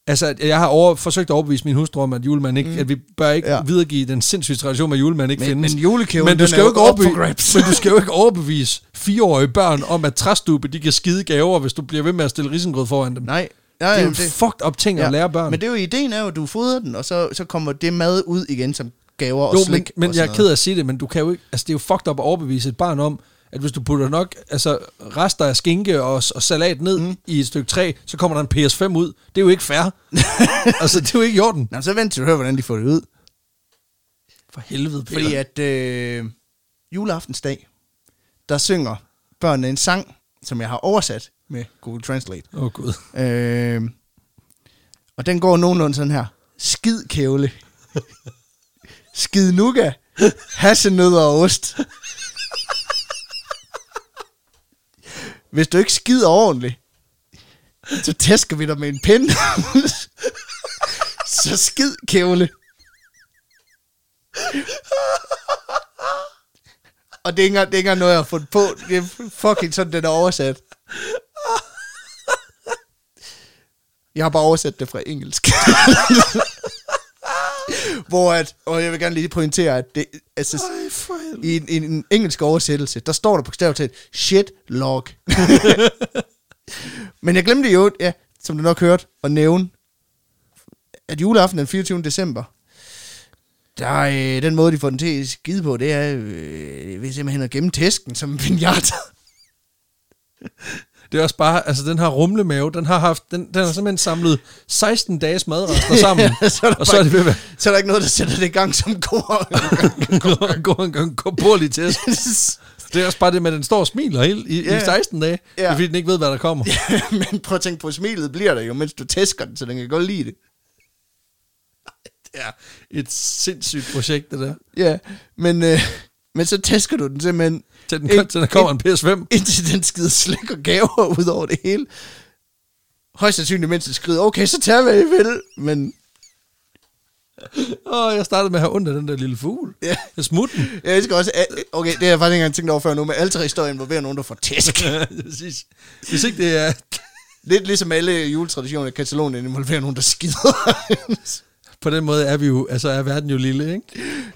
Altså, at jeg har over, forsøgt at overbevise min hustru om, at julemanden ikke, mm. at vi bør ikke ja.
Ja.
videregive den sindssyge tradition med, at julemanden ikke
Men-
findes.
men julekævlen,
men du
den
skal
er
jo
jo
ikke
up for
overbevise,
grabs.
men du skal jo ikke overbevise fireårige børn om, at træstube, de kan skide gaver, hvis du bliver ved med at stille risengrød foran dem.
Nej.
det
Nej,
er jo
jamen,
en fucked up ting ja. at lære børn.
Men det er jo ideen er jo, at du fodrer den, og så, så kommer det mad ud igen som gaver og
Jo, men,
slik.
men jeg
og sådan
er
noget.
ked af at sige det, men du kan jo ikke, altså det er jo fucked up at overbevise et barn om, at hvis du putter nok altså, rester af skinke og, og salat ned mm. i et stykke træ, så kommer der en PS5 ud. Det er jo ikke fair. altså, det er jo ikke i orden.
Nå, så vent til du hører, hvordan de får det ud.
For helvede, Peter.
Fordi at øh, juleaftensdag, der synger børnene en sang, som jeg har oversat med Google Translate.
Åh, oh, Gud.
Øh, og den går nogenlunde sådan her. Skid kævle. Skid nuga. Hassenødder og ost. Hvis du ikke skider ordentligt, så tæsker vi dig med en pind. så skid kævle. Og det er, ikke, engang- det er ikke engang noget, jeg har fundet på. Det er fucking sådan, den er oversat. Jeg har bare oversat det fra engelsk. Hvor at, og jeg vil gerne lige pointere, at det, altså,
Ej, for helvede.
i en, i en engelsk oversættelse, der står der bogstaveligt talt, shit log. Men jeg glemte jo, ja, som du nok hørte, at nævne, at juleaften den 24. december, der er øh, den måde, de får den til at skide på, det er øh, ved simpelthen at gemme tæsken som en pinata.
Det er også bare, altså den her rumlemave, den har haft, den, den har simpelthen samlet 16 dages madrester sammen,
så er der
og så er
bare-
det ved at være
Så er der ikke noget, der sætter det i gang som kor.
korporlig test. Det er også bare det med, at den står og smiler hele, i, yeah.
Ja.
i 16 dage,
Ja.
yeah. fordi den ikke ved, hvad der kommer.
Men prøv at tænke på, smilet bliver der jo, mens du tæsker den, så den kan godt lide det.
Det er et sindssygt projekt, det der.
Ja, men, øh, men så tæsker du den simpelthen,
Til, den,
Ind-
til der kommer en PS5.
indtil den skider slik og gaver ud over det hele. Højst sandsynligt, mens den skrider, okay, så tager jeg, hvad I vil, men
Åh, jeg startede med at have ondt af den der lille fugl.
Ja.
Jeg smut den.
Jeg elsker også, at- okay, det har jeg faktisk ikke engang tænkt over før nu, men alle tre historier involverer nogen, der får tæsk.
Præcis. Hvis ikke det er...
Lidt ligesom alle juletraditioner i Katalonien involverer nogen, der skider.
På den måde er vi jo... Altså, er verden jo lille, ikke?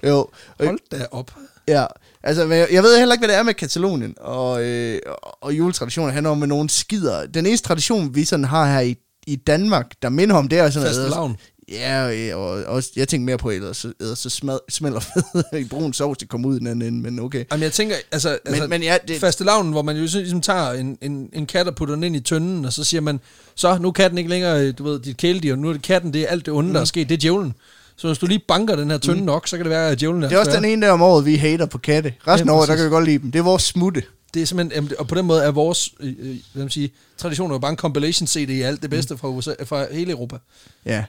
jo, og-
Hold da op.
ja. Altså, men jeg, jeg ved heller ikke, hvad det er med Katalonien og, øh, og, og juletraditioner. handler om, at nogen skider. Den eneste tradition, vi sådan har her i, i Danmark, der minder om det, er sådan
Fastelavn.
Ja, øh, og også, jeg tænkte mere på, at ellers, så- ellers så smad, smelter fede i brun sovs, det kommer ud i den anden ende, men okay.
Jamen, jeg tænker, altså... Men, altså
men ja, det-
Fastelavn, hvor man jo sådan ligesom tager en, en, en kat og putter den ind i tønden, og så siger man, så, nu er katten ikke længere, øh, du ved, dit kæledyr, og nu er det katten, det er alt det onde, mm. der er sket, det er djævlen. Så hvis du lige banker den her tønde mm. nok, så kan det være, at djævlen er
Det er også
større.
den ene der om året, vi hater på katte. Resten
Ja,
af året, der
præcis.
kan vi godt lide dem. Det er vores smutte.
Det er simpelthen, jamen, det- og på den måde er vores øh, øh, hvad man sige, tradition jo bare en compilation CD i alt det bedste fra, USA, øh, fra hele Europa.
Ja.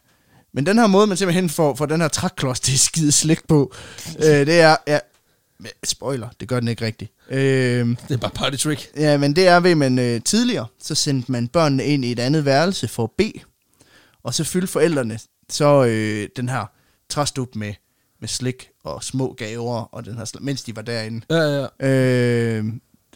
Men den her måde, man simpelthen får, får den her træklods til at skide slik på, øh, det er... Ja, men spoiler, det gør den ikke rigtigt. Øh,
Det er bare party trick.
ja, men det er ved, at man øh, tidligere, så sendte man børnene ind i et andet værelse for at bede, og så fyldte forældrene så øh, den her træstup med, med slik og små gaver, og den her, sl- mens de var derinde.
Ja, ja, ja.
Øh,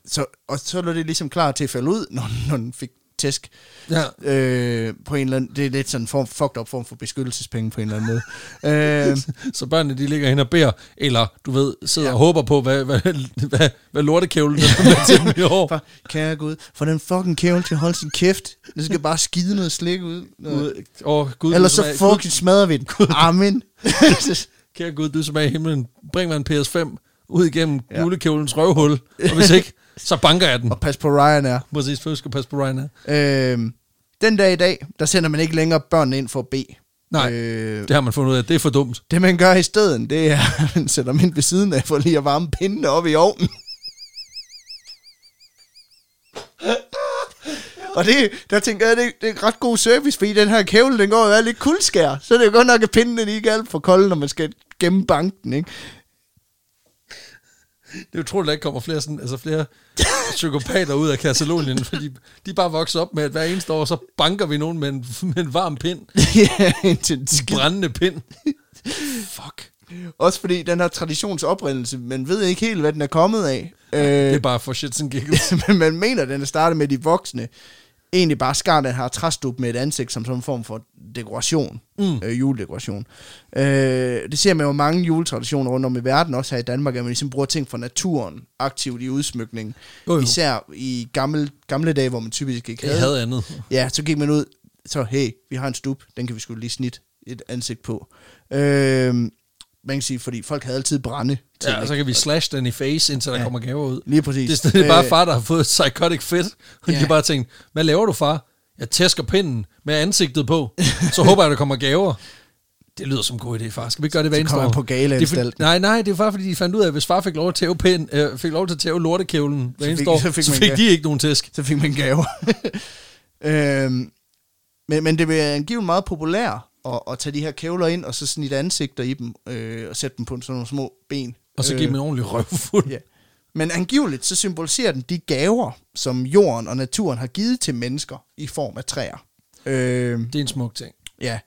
så, og så lå det ligesom klar til at falde ud, når, når den fik tæsk.
ja.
Øh, på en eller anden, det er lidt sådan en form, fucked up form for beskyttelsespenge på en eller anden måde. øh,
Så børnene de ligger hen og beder, eller du ved, sidder ja. og håber på, hvad, hvad, hvad, hvad lortekævlen er med til dem i år.
for, kære Gud, for den fucking kævel til at holde sin kæft. Det skal bare skide noget slik ud. Noget.
Gud, åh, Gud,
Ellers
du
så
som er- Gud,
fucking smadrer vi den. Amen.
Kære Gud, du som er i himlen, bring mig en PS5 ud igennem ja. julekævlens røvhul, og hvis ikke, så banker jeg den.
og pas på Ryan er.
Præcis, først skal passe på Ryan her.
Øh, den dag i dag, der sender man ikke længere børnene ind for at bede.
Nej.
Øh,
Det har man fundet ud af, det er for dumt.
det man gør i stedet, det er, at man sætter dem ind ved siden af, for lige at varme pindene op i ovnen. Og det, der tænker jeg, det, det er ret god service, fordi den her kævle, den går jo af lidt kuldskær. Så det er jo godt nok, at pindene de ikke er alt for kolde, når man skal gemme banken, ikke?
Det er utroligt, at der ikke kommer flere, sådan, altså flere psykopater ud af Katalonien, fordi de er bare vokser op med, at hver eneste år, så banker vi nogen med en, med en varm pind,
ja, indtil den skid.
brændende pind. Fuck.
Også fordi den her traditionsoprindelse, man ved ikke helt, hvad den er kommet af. Øh,
Det er bare for shit and giggles.
men man mener, at den er startet med de voksne. Egentlig bare skar den her træstup med et ansigt som sådan en form for dekoration. Mm. Øh, juledekoration. Øh, det ser man jo i mange juletraditioner rundt om i verden, også her i Danmark, at man ligesom bruger ting fra naturen aktivt i udsmykningen.
Jo, jo.
Især i gamle, gamle dage, hvor man typisk ikke
Jeg
havde.
havde andet.
Ja, så gik man ud, så hey, vi har en stup, den kan vi skulle lige snit et ansigt på. Øh, man kan sige, fordi folk havde altid brænde. til,
Ja, og så kan vi slash den i face, indtil der ja. kommer gaver ud.
Lige præcis.
Det, er- det er bare
Øh,
far, der har fået psychotic fedt. Og de
Ja.
har bare tænkt, hvad laver du far? Jeg tæsker pinden med ansigtet på. Så håber jeg, der kommer gaver. Det lyder som en god idé, far. Skal vi ikke gøre det hver eneste
kommer
år?
på
det er for-
galeanstalten.
Nej, nej, det er bare fordi, de fandt ud af, at hvis far fik lov at tæve, pind, øh, fik lov til at tæve lortekævlen hver
Så
eneste
fik-
år,
så
så
fik
fik, så
man
fik
gave.
de ikke nogen tæsk.
så fik man gaver. øhm, men, men det blev angiveligt meget populært at, at tage de her kævler ind, og så snitte ansigter i dem, øh, og sætte dem på sådan nogle små ben.
Og så
Øh,
give dem en ordentlig røvfuld.
Ja. Men angiveligt, så symboliserer den de gaver, som jorden og naturen har givet til mennesker i form af træer. Øh,
Det er en smuk ting.
ja,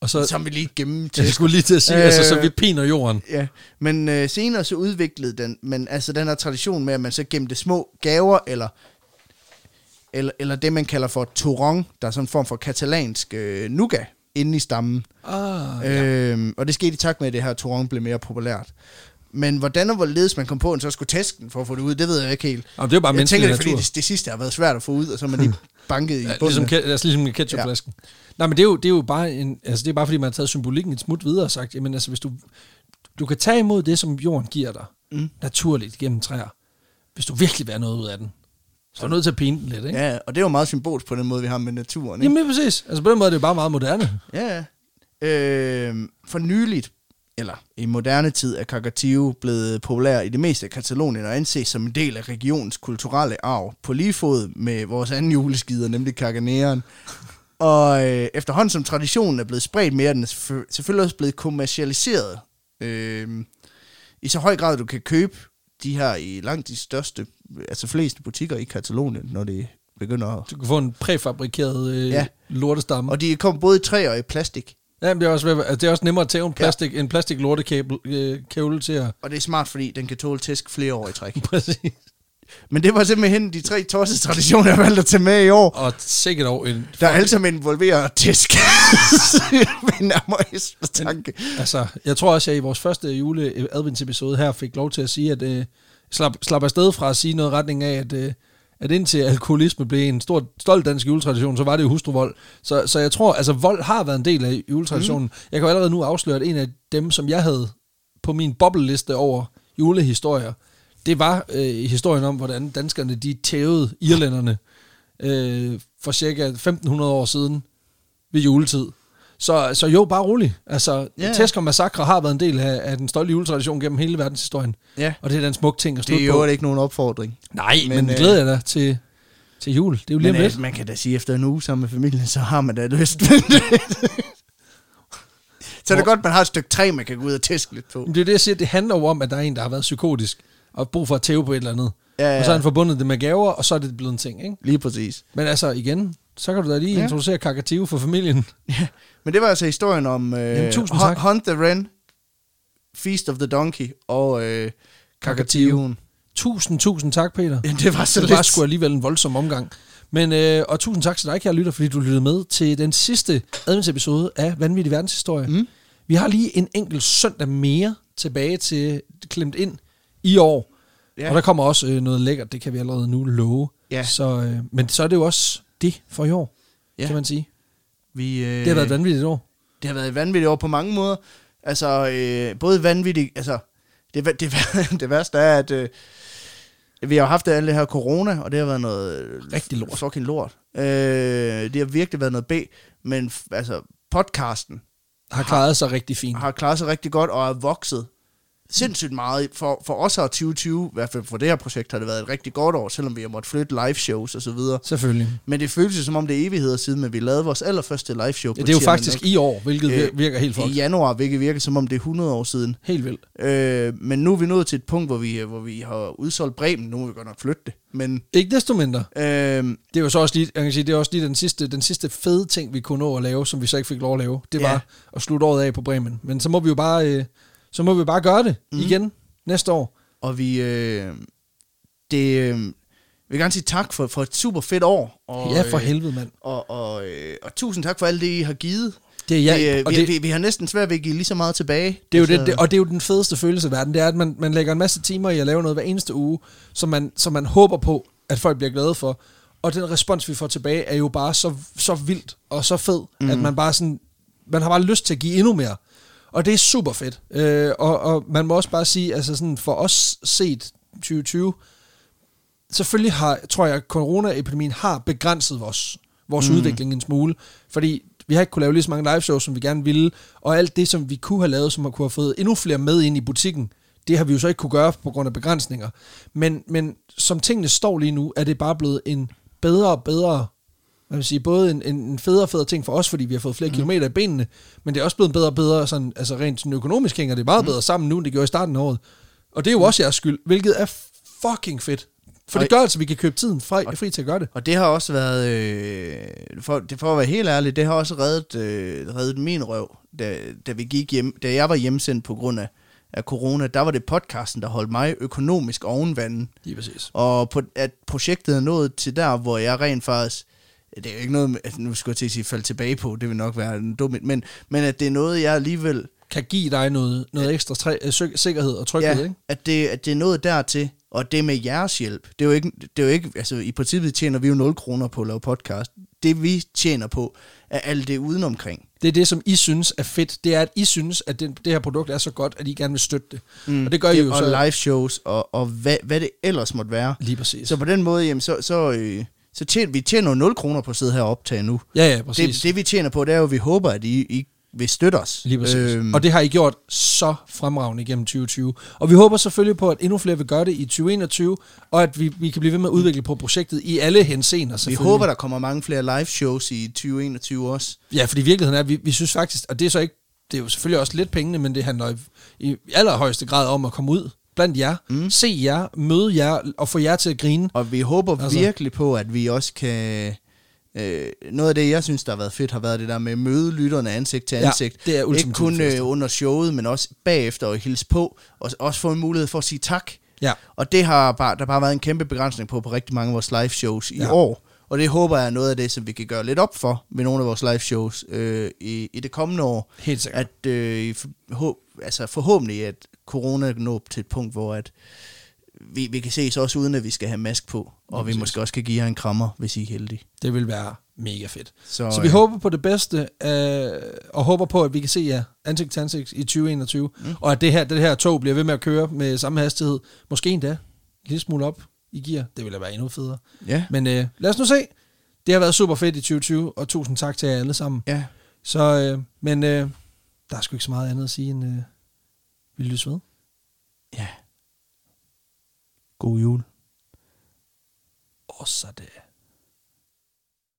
Og så,
som vi lige gemme til.
jeg skulle lige til at sige, øh, altså, så
Øh.
vi piner jorden.
Ja, men øh, senere så udviklede den, men altså den her tradition med, at man så gemte små gaver, eller, eller, eller det, man kalder for toron, der er sådan en form for katalansk øh, nougat inde i stammen.
Ah,
Ja. Øhm, og det skete i takt med, at det her toron blev mere populært. Men hvordan og hvorledes man kom på, at man så skulle tæske den for at få det ud, det ved jeg ikke helt.
Jamen, det er jo bare
jeg
menneskelig
tænker, det er, fordi
natur.
det, det sidste har været svært at få ud, og så er man lige banket i
Ja,
bunden.
ligesom, ke- altså, ligesom med ketchupflasken. Ja. Nej, men det er, jo, det er jo bare en, altså, det er bare fordi, man har taget symbolikken et smut videre og sagt, jamen altså, hvis du, du kan tage imod det, som jorden giver dig, mm. naturligt gennem træer, hvis du virkelig vil have noget ud af den, så er du nødt til at pine den lidt, ikke? Ja.
Ja, og det er jo meget symbolsk på den måde, vi har med naturen. Ikke?
Jamen, lige præcis. Altså, på den måde er det jo bare meget moderne.
Ja, ja. Øh, for nyligt, eller i moderne tid, er Kakativo blevet populær i det meste af Katalonien og anses som en del af regionens kulturelle arv, på lige fod med vores anden juleskider, nemlig kakaneren. Og øh, efterhånden som traditionen er blevet spredt mere, er den selvfø- selvfølgelig også blevet kommercialiseret. Øh, I så høj grad, du kan købe de her i langt de største, altså fleste butikker i Katalonien, når det begynder at...
Du kan få en præfabrikeret øh,
Ja.
ja. lortestamme.
Og de kom både i træ og i plastik.
Ja, men det er også, ved- altså, det er også nemmere at tage en plastik, ja. en plastik lortekæble øh, kævle til at...
Og det er smart, fordi den kan tåle tæsk flere år i træk.
Præcis.
Men det var simpelthen de tre tossede traditioner, jeg valgte at tage med i år.
Og sikkert over en...
Der er alle sammen involverer tæsk. Min amoriste tanke.
Altså, jeg tror også, at jeg i vores første jule-adventsepisode her fik lov til at sige, at øh, slap, slap afsted fra at sige noget i retning af, at, øh, at indtil alkoholisme blev en stor, stolt dansk juletradition, så var det jo hustruvold. Så, så jeg tror, altså vold har været en del af juletraditionen. Mm. Jeg kan jo allerede nu afsløre, at en af dem, som jeg havde på min bobleliste over julehistorier, det var øh, historien om, hvordan danskerne de tævede irlænderne øh, for cirka 1.500 år siden ved juletid. Så, så jo, bare rolig. Altså,
Ja, ja.
ja. tæsk og massakre har været en del af, af den stolte juletradition gennem hele verdenshistorien.
Ja.
Og det er da en smuk ting at
Det er
slutte
jo
på.
ikke nogen opfordring.
Nej, men,
men,
men
øh,
glæder jeg dig til, til jul. Det er jo lige
Men
om lidt.
øh, man kan da sige, at efter en uge sammen med familien, så har man da lyst. så er det
Hvor-
godt, man har et stykke træ, man kan gå ud og tæske lidt på.
Men det er jo det, jeg siger, det handler jo om, at der er en, der har været psykotisk og har brug for at tæve på et eller andet.
Ja, ja.
Og så har han forbundet det med gaver, og så er det blevet en ting, ikke?
Lige præcis.
Men altså, igen, så kan du da lige
Ja.
ja. introducere kakative for familien.
Men det var altså historien om øh,
Jamen, tusind
Hu-
tak.
Hunt the Wren, Feast of the Donkey og øh, Kakativen.
Tusind, tusind tak, Peter.
Jamen, det var så
det var
lidt.
sgu alligevel en voldsom omgang. Men, øh, og tusind tak til dig, kære lytter, fordi du lyttede med til den sidste adventsepisode af Vanvittig Verdenshistorie. Mm. Vi har lige en enkelt søndag mere tilbage til klemt ind i år.
Ja.
Ja. Og der kommer også øh, noget lækkert, det kan vi allerede nu love.
Ja.
Så, øh, men så er det jo også det for i år,
Ja.
ja. kan man sige.
Vi, øh,
Det har været et vanvittigt år.
det har været et vanvittigt år på mange måder. Altså, øh, både vanvittigt, altså, det, va- det, va- det værste er, at øh, vi har jo haft alle det her corona, og det har været noget... øh,
Rigtig lort.
Fucking lort. Øh, det har virkelig været noget B, men f- altså, podcasten
Har klaret sig rigtig fint.
har klaret sig rigtig godt og er vokset sindssygt meget. For, for os har 2020, i hvert fald for det her projekt, har det været et rigtig godt år, selvom vi har måttet flytte live shows og så videre.
Selvfølgelig.
Men det føles jo, som om det er evigheder siden, at vi lavede vores allerførste live show på
Ja, det er jo
tirsdag
faktisk i år, hvilket vir-
Øh,
virker helt
i
fucked.
januar, hvilket virker som om det er 100 år siden.
Helt vildt.
Øh, men nu er vi nået til et punkt, hvor vi, øh, hvor vi har udsolgt Bremen. Nu må vi godt nok flytte det. Men
Ikke desto mindre.
øh,
Det er jo så også lige, jeg kan sige, det er også lige den sidste, den sidste fede ting, vi kunne nå at lave, som vi så ikke fik lov at lave. Det
Ja.
var at slutte året af på Bremen. Men så må vi jo bare, øh, så må vi bare gøre det
Mhm.
mm. igen næste år.
og vi... Øh, det, øh, jeg vil gerne sige tak for, for et super fedt år. Og,
Og, ja, for
øh,
helvede, mand.
Og, og, øh, og tusind tak for alt det, I har givet.
Det er, ja,
vi, øh,
og
vi,
det,
vi, vi har næsten svært ved at give lige så meget tilbage.
det er jo det,
Altså,
det, og det er jo den fedeste følelse i verden, det er, at man, man lægger en masse timer i at lave noget hver eneste uge, som man, som man håber på, at folk bliver glade for. Og den respons, vi får tilbage, er jo bare så, så vildt og så fed, mm. at man bare sådan, man har bare lyst til at give endnu mere. Og det er super fedt. Øh, og, og man må også bare sige, altså sådan for os set 2020, selvfølgelig har, tror jeg, coronaepidemien har begrænset vores, vores mm. udvikling en smule, fordi vi har ikke kunne lave lige så mange live shows, som vi gerne ville, og alt det, som vi kunne have lavet, som har kunne have fået endnu flere med ind i butikken, det har vi jo så ikke kunne gøre på grund af begrænsninger. Men, men som tingene står lige nu, er det bare blevet en bedre og bedre, man vil sige, både en, en, en federe og federe ting for os, fordi vi har fået flere mm. kilometer i benene, men det er også blevet bedre og bedre, sådan, altså rent sådan økonomisk hænger det meget bedre sammen nu, end det gjorde i starten af året. Og det er jo også jeres skyld, hvilket er fucking fedt. For det gør altså, at vi kan købe tiden fri, fri til at gøre det.
Og det har også været, øh, for, det, for at være helt ærlig, det har også reddet, øh, reddet min røv, da, da, vi gik hjem, da jeg var hjemsendt på grund af, af corona. Der var det podcasten, der holdt mig økonomisk ovenvandet.
Lige præcis.
Og på, at projektet er nået til der, hvor jeg rent faktisk... Det er jo ikke noget, altså, nu skulle jeg til at sige, falde tilbage på, det vil nok være en dum, men, men at det er noget, jeg alligevel
Kan give dig noget, noget ekstra træ, øh, sik- sikkerhed og tryghed, ja. ikke?
At, det, at det er nået dertil, og det med jeres hjælp, det er jo ikke, det er jo ikke altså i princippet tjener vi jo 0 kroner på at lave podcast. Det vi tjener på, er alt det udenomkring.
Det er det, som I synes er fedt. Det er, at I synes, at det, det her produkt er så godt, at I gerne vil støtte det. Mm. Og det gør I jo
og
så.
live shows, og, og hvad, hvad det ellers måtte være.
Lige præcis.
Så på den måde, jamen, så, så, øh, så tjener, vi tjener jo 0 kroner på at sidde her og optage nu.
ja, ja,
Det,
præcis. Det,
det vi tjener på, det er jo, at vi håber, at I, I vil støtte os.
det, Lige præcis. Øhm. Og det har I gjort så fremragende igennem 2020. Og vi håber selvfølgelig på, at endnu flere vil gøre det i 2021, og at vi, vi kan blive ved med at udvikle på projektet i alle henseender,
vi
selvfølgelig.
håber, der kommer mange flere live shows i 2021 også.
Ja, fordi virkeligheden er, vi, vi synes faktisk, og det er så ikke, det er jo selvfølgelig også lidt pengene, men det handler i, i allerhøjeste grad om at komme ud blandt jer, mm. se jer, møde jer og få jer til at grine.
Og vi håber altså,
Altså-
virkelig på, at vi også kan Øh, noget af det, jeg synes, der har været fedt, har været det der med at møde lytterne ansigt til
Ja,
ansigt.
det er
Ikke
ultimativt
kun
fedeste.
øh, under showet, men også bagefter og hilse på, og s- også få en mulighed for at sige tak.
Ja.
Og det har bare, der har bare været en kæmpe begrænsning på på rigtig mange af vores live shows i
Ja.
år. Og det håber jeg er noget af det, som vi kan gøre lidt op for med nogle af vores live shows øh, i, i det kommende år.
Helt sikkert.
At øh, i for- håb, altså forhåbentlig, at corona når til et punkt, hvor at vi, vi kan ses også uden, at vi skal have mask på. Og vi
præcis.
måske også kan give jer en krammer, hvis I er heldige.
Det vil være mega fedt.
Så,
Så vi
øh,
håber på det bedste, øh, og håber på, at vi kan se jer ansigt til ansigt i 2021, mm. og at det her, det her tog bliver ved med at køre med samme hastighed. Måske endda en lille smule op i gear. Det ville da være endnu federe.
Ja.
Men øh, lad os nu se. Det har været super fedt i 2020, og tusind tak til jer alle sammen.
Ja.
Så, øh, men øh, der er sgu ikke så meget andet at sige end, øh, vi lyttes ved.
Ja. God jul.
Og så det.